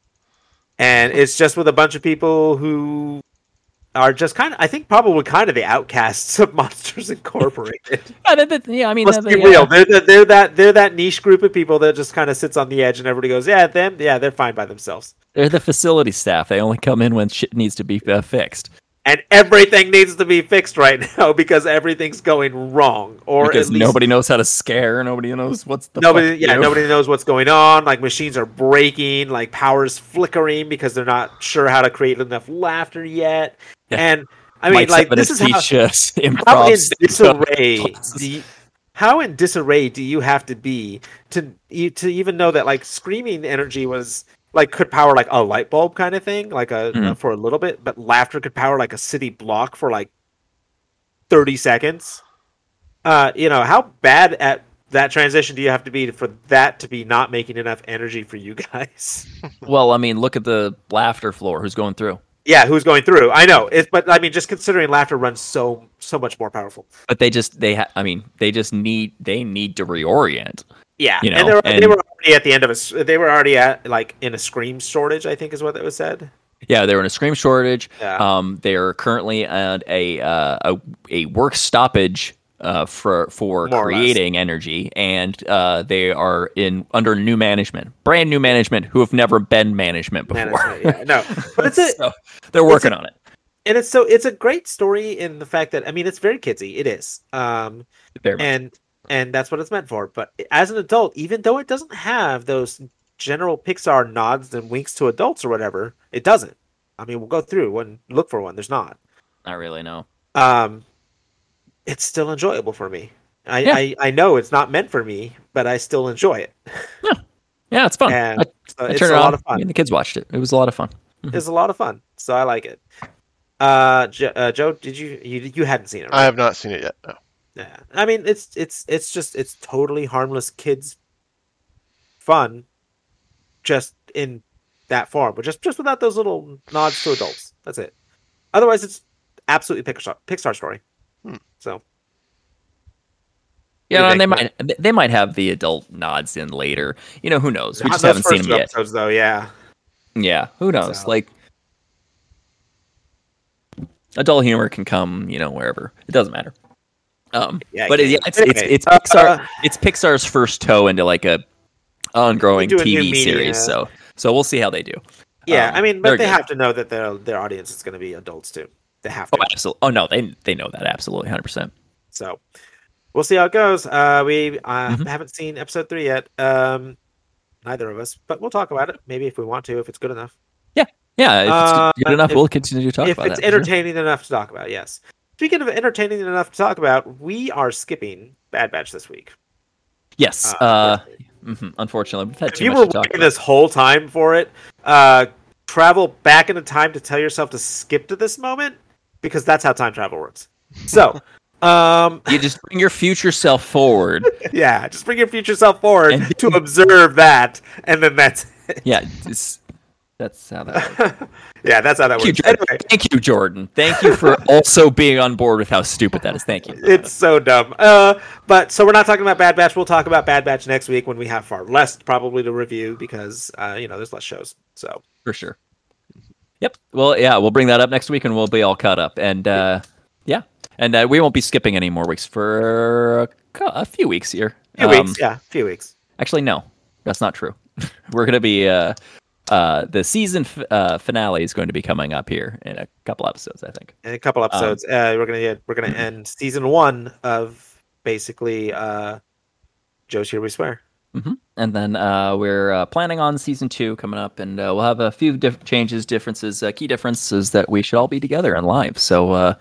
S2: And it's just with a bunch of people who are just kind of, I think, probably kind of the outcasts of Monsters Incorporated.
S1: I bet- but, yeah, I mean,
S2: Let's
S1: uh,
S2: be
S1: yeah.
S2: real; they're, the, they're that they're that niche group of people that just kind of sits on the edge, and everybody goes, "Yeah, them, yeah, they're fine by themselves."
S1: They're the facility staff. They only come in when shit needs to be uh, fixed.
S2: And everything needs to be fixed right now because everything's going wrong, or
S1: because
S2: at least
S1: nobody knows how to scare. Nobody knows what's the
S2: nobody
S1: fuck to
S2: yeah
S1: do.
S2: nobody knows what's going on like machines are breaking like power's flickering because they're not sure how to create enough laughter yet
S1: Yeah.
S2: and i mean
S1: Mike's
S2: like
S1: having
S2: this
S1: to
S2: is how,
S1: teach us
S2: how in
S1: improv. stand-up.
S2: disarray
S1: classes.
S2: do you- how in disarray do you have to be to you to even know that like screaming energy was like could power like a light bulb kind of thing like a
S1: Mhm.
S2: for a little bit but laughter could power like a city block for like 30 seconds uh you know how bad at that transition do you have to be for that to be not making enough energy for you guys
S1: Well, I mean, look at the laughter floor. Who's going through?
S2: yeah, who's going through? I know, it, but I mean, just considering laughter runs so so much more powerful.
S1: But they just they ha- I mean they just need they need to reorient.
S2: Yeah,
S1: You
S2: and, they
S1: know,
S2: were, they
S1: and-
S2: were already at the end of a. s- They were already at like in a scream shortage. I think is what that was said.
S1: Yeah, they're in a scream shortage.
S2: Yeah.
S1: Um, they're currently at a uh, a, a work stoppage uh, for for
S2: More or less.
S1: creating energy, and uh, they are in under new management, brand new management who have never been management before.
S2: Management, yeah, no, but it's a
S1: So they're working on it.
S2: and it's so it's a great story in the fact that I mean it's very kidsy. It is. Um,
S1: Very much.
S2: and and that's what it's meant for. But as an adult, even though it doesn't have those general Pixar nods and winks to adults or whatever, it doesn't. I mean, we'll go through and look for one. There's not.
S1: Not really. No.
S2: Um, it's still enjoyable for me. I,
S1: Yeah.
S2: I I know it's not meant for me, but I still enjoy it.
S1: Yeah, it's fun.
S2: And
S1: I, I
S2: So it's a
S1: turned it on.
S2: lot of fun.
S1: me and the kids watched it. It was a lot of fun.
S2: It's a lot of fun. So I like it. Uh, jo- uh Joe, did you you you hadn't seen it? Right?
S3: I have not seen it yet. No.
S2: Yeah, I mean it's it's it's just it's totally harmless kids fun, just in that form, but just just without those little nods to adults. That's it. Otherwise, it's absolutely Pixar Pixar story.
S3: Hmm.
S2: So
S1: Yeah,
S2: think,
S1: and they
S2: Matt?
S1: might they- they might have the adult nods in later. You know, who knows? We just
S2: Not those
S1: haven't seen
S2: first
S1: them
S2: two
S1: yet.
S2: Episodes though, yeah,
S1: Yeah, who knows?
S2: So-
S1: Like adult humor can come, you know, wherever. It doesn't matter. Um
S2: Yeah, it
S1: but it,
S2: can.
S1: yeah, it's, it's
S2: Anyway,
S1: it's Pixar
S2: uh,
S1: it's Pixar's first toe into like a ongoing
S2: Into a new
S1: TV
S2: media.
S1: series, so so we'll see how they do.
S2: yeah.
S1: Um,
S2: I mean, but
S1: they're
S2: they
S1: good.
S2: have to know that their their audience is going to be adults too. They have
S1: Oh,
S2: to.
S1: absolutely. Oh no, they they know that absolutely 100%.
S2: So we'll see how it goes. Uh, we uh,
S1: Mhm.
S2: haven't seen episode three yet. Um, neither of us, but we'll talk about it maybe if we want to, if it's good enough.
S1: Yeah, if
S2: Uh,
S1: it's good enough,
S2: if-
S1: we'll continue to talk
S2: if
S1: about
S2: it's
S1: that. for sure.
S2: entertaining enough to talk about, yes. Speaking of entertaining enough to talk about, we are skipping Bad Batch this week.
S1: Yes.
S2: Uh,
S1: Uh, mhm, unfortunately, we've had
S2: If
S1: too
S2: you
S1: much
S2: were
S1: to talk
S2: waiting
S1: about.
S2: this whole time for it, uh, travel back into time to tell yourself to skip to this moment because that's how time travel works. So, um,
S1: You just bring your future self forward.
S2: yeah, just bring your future self forward
S1: And-
S2: to observe that, and then that's
S1: yeah, it's, that's how that works.
S2: yeah, that's how that
S1: Thank you,
S2: works.
S1: Jordan.
S2: Anyway,
S1: Thank you, Jordan. Thank you for also being on board with how stupid that is. Thank you.
S2: it's so dumb. Uh, but so we're not talking about Bad Batch. We'll talk about Bad Batch next week when we have far less probably to review because uh, you know there's less shows. So
S1: for sure. Yep. Well, yeah, we'll bring that up next week, and we'll be all caught up. And uh, yeah, and uh, we won't be skipping any more weeks for a, cou- a few weeks here.
S2: few
S1: Um,
S2: weeks, yeah, few weeks.
S1: Actually, no, that's not true. We're gonna be uh, uh, the season f- uh, finale is going to be coming up here in a couple episodes, I think.
S2: In a couple episodes, uh, we're gonna get, we're
S1: mm-hmm.
S2: gonna end season one of basically uh, Joe's Here We Swear.
S1: And then uh, we're uh, planning on season two coming up, and uh, we'll have a few diff- changes, differences, uh, key differences that we should all be together and live. So, uh,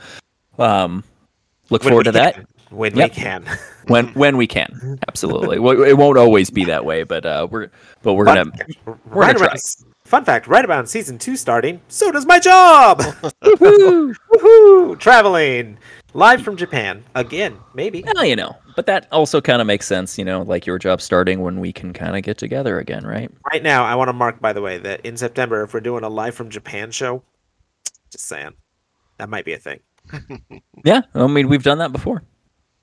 S1: um, look forward to that
S2: when
S1: Yep.
S2: we can.
S1: when when we can. Absolutely, W- it won't always be that way, but uh, we're but we're gonna.
S2: right
S1: try.
S2: around, fun fact: right about season two starting, so does my job.
S1: Woohoo!
S2: Woohoo! Traveling live from Japan again, maybe.
S1: Well, you know, but that also kind of makes sense, you know, like your job starting when we can kind of get together again, right?
S2: Right now, I want to mark, by the way, that in September, if we're doing a live from Japan show, just saying, that might be a thing.
S1: Yeah, I mean, we've done that before.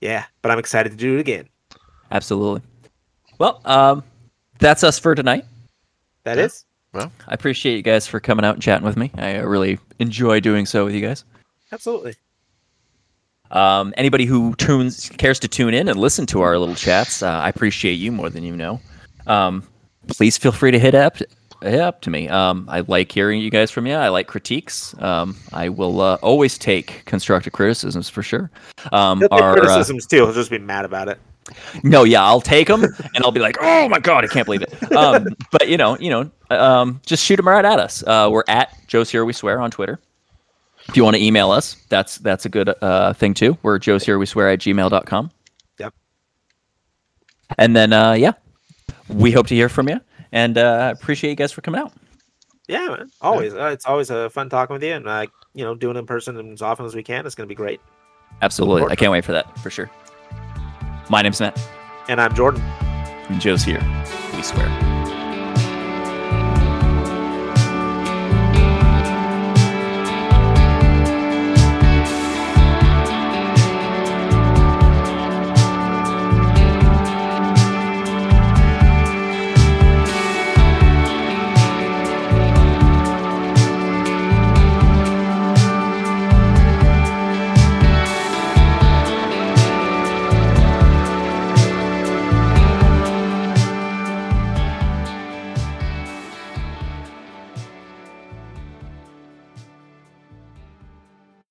S2: Yeah, but I'm excited to do it again.
S1: Absolutely. Well, um, that's us for tonight.
S2: That
S3: Yeah.
S2: is,
S3: Well,
S1: I appreciate you guys for coming out and chatting with me. I uh, really enjoy doing so with you guys.
S2: absolutely.
S1: Um, anybody who tunes cares to tune in and listen to our little chats, uh, I appreciate you more than you know. Um, please feel free to hit up hit up to me. Um, I like hearing you guys from you. I like critiques. Um, I will uh, always take constructive criticisms for sure. Um,
S2: He'll take
S1: our, uh,
S2: criticisms too. He'll just be mad about it.
S1: no, yeah, I'll take them and I'll be like, oh my god, I can't believe it. Um, but you know, you know, um, just shoot them right at us. Uh, we're at Joe's Here We Swear on Twitter. If you want to email us, that's that's a good uh, thing too. We're Joe's Here We Swear at gmail.com.
S2: Yep.
S1: And then uh, yeah, we hope to hear from you, and uh, I appreciate you guys for coming out.
S2: Yeah, man. Always, uh, it's always a fun talking with you, and uh, you know, doing it in person as often as we can is going to be great.
S1: Absolutely, I can't wait for that for sure. My name's Matt,
S2: And I'm Jordan.
S1: and Joe's here. We swear.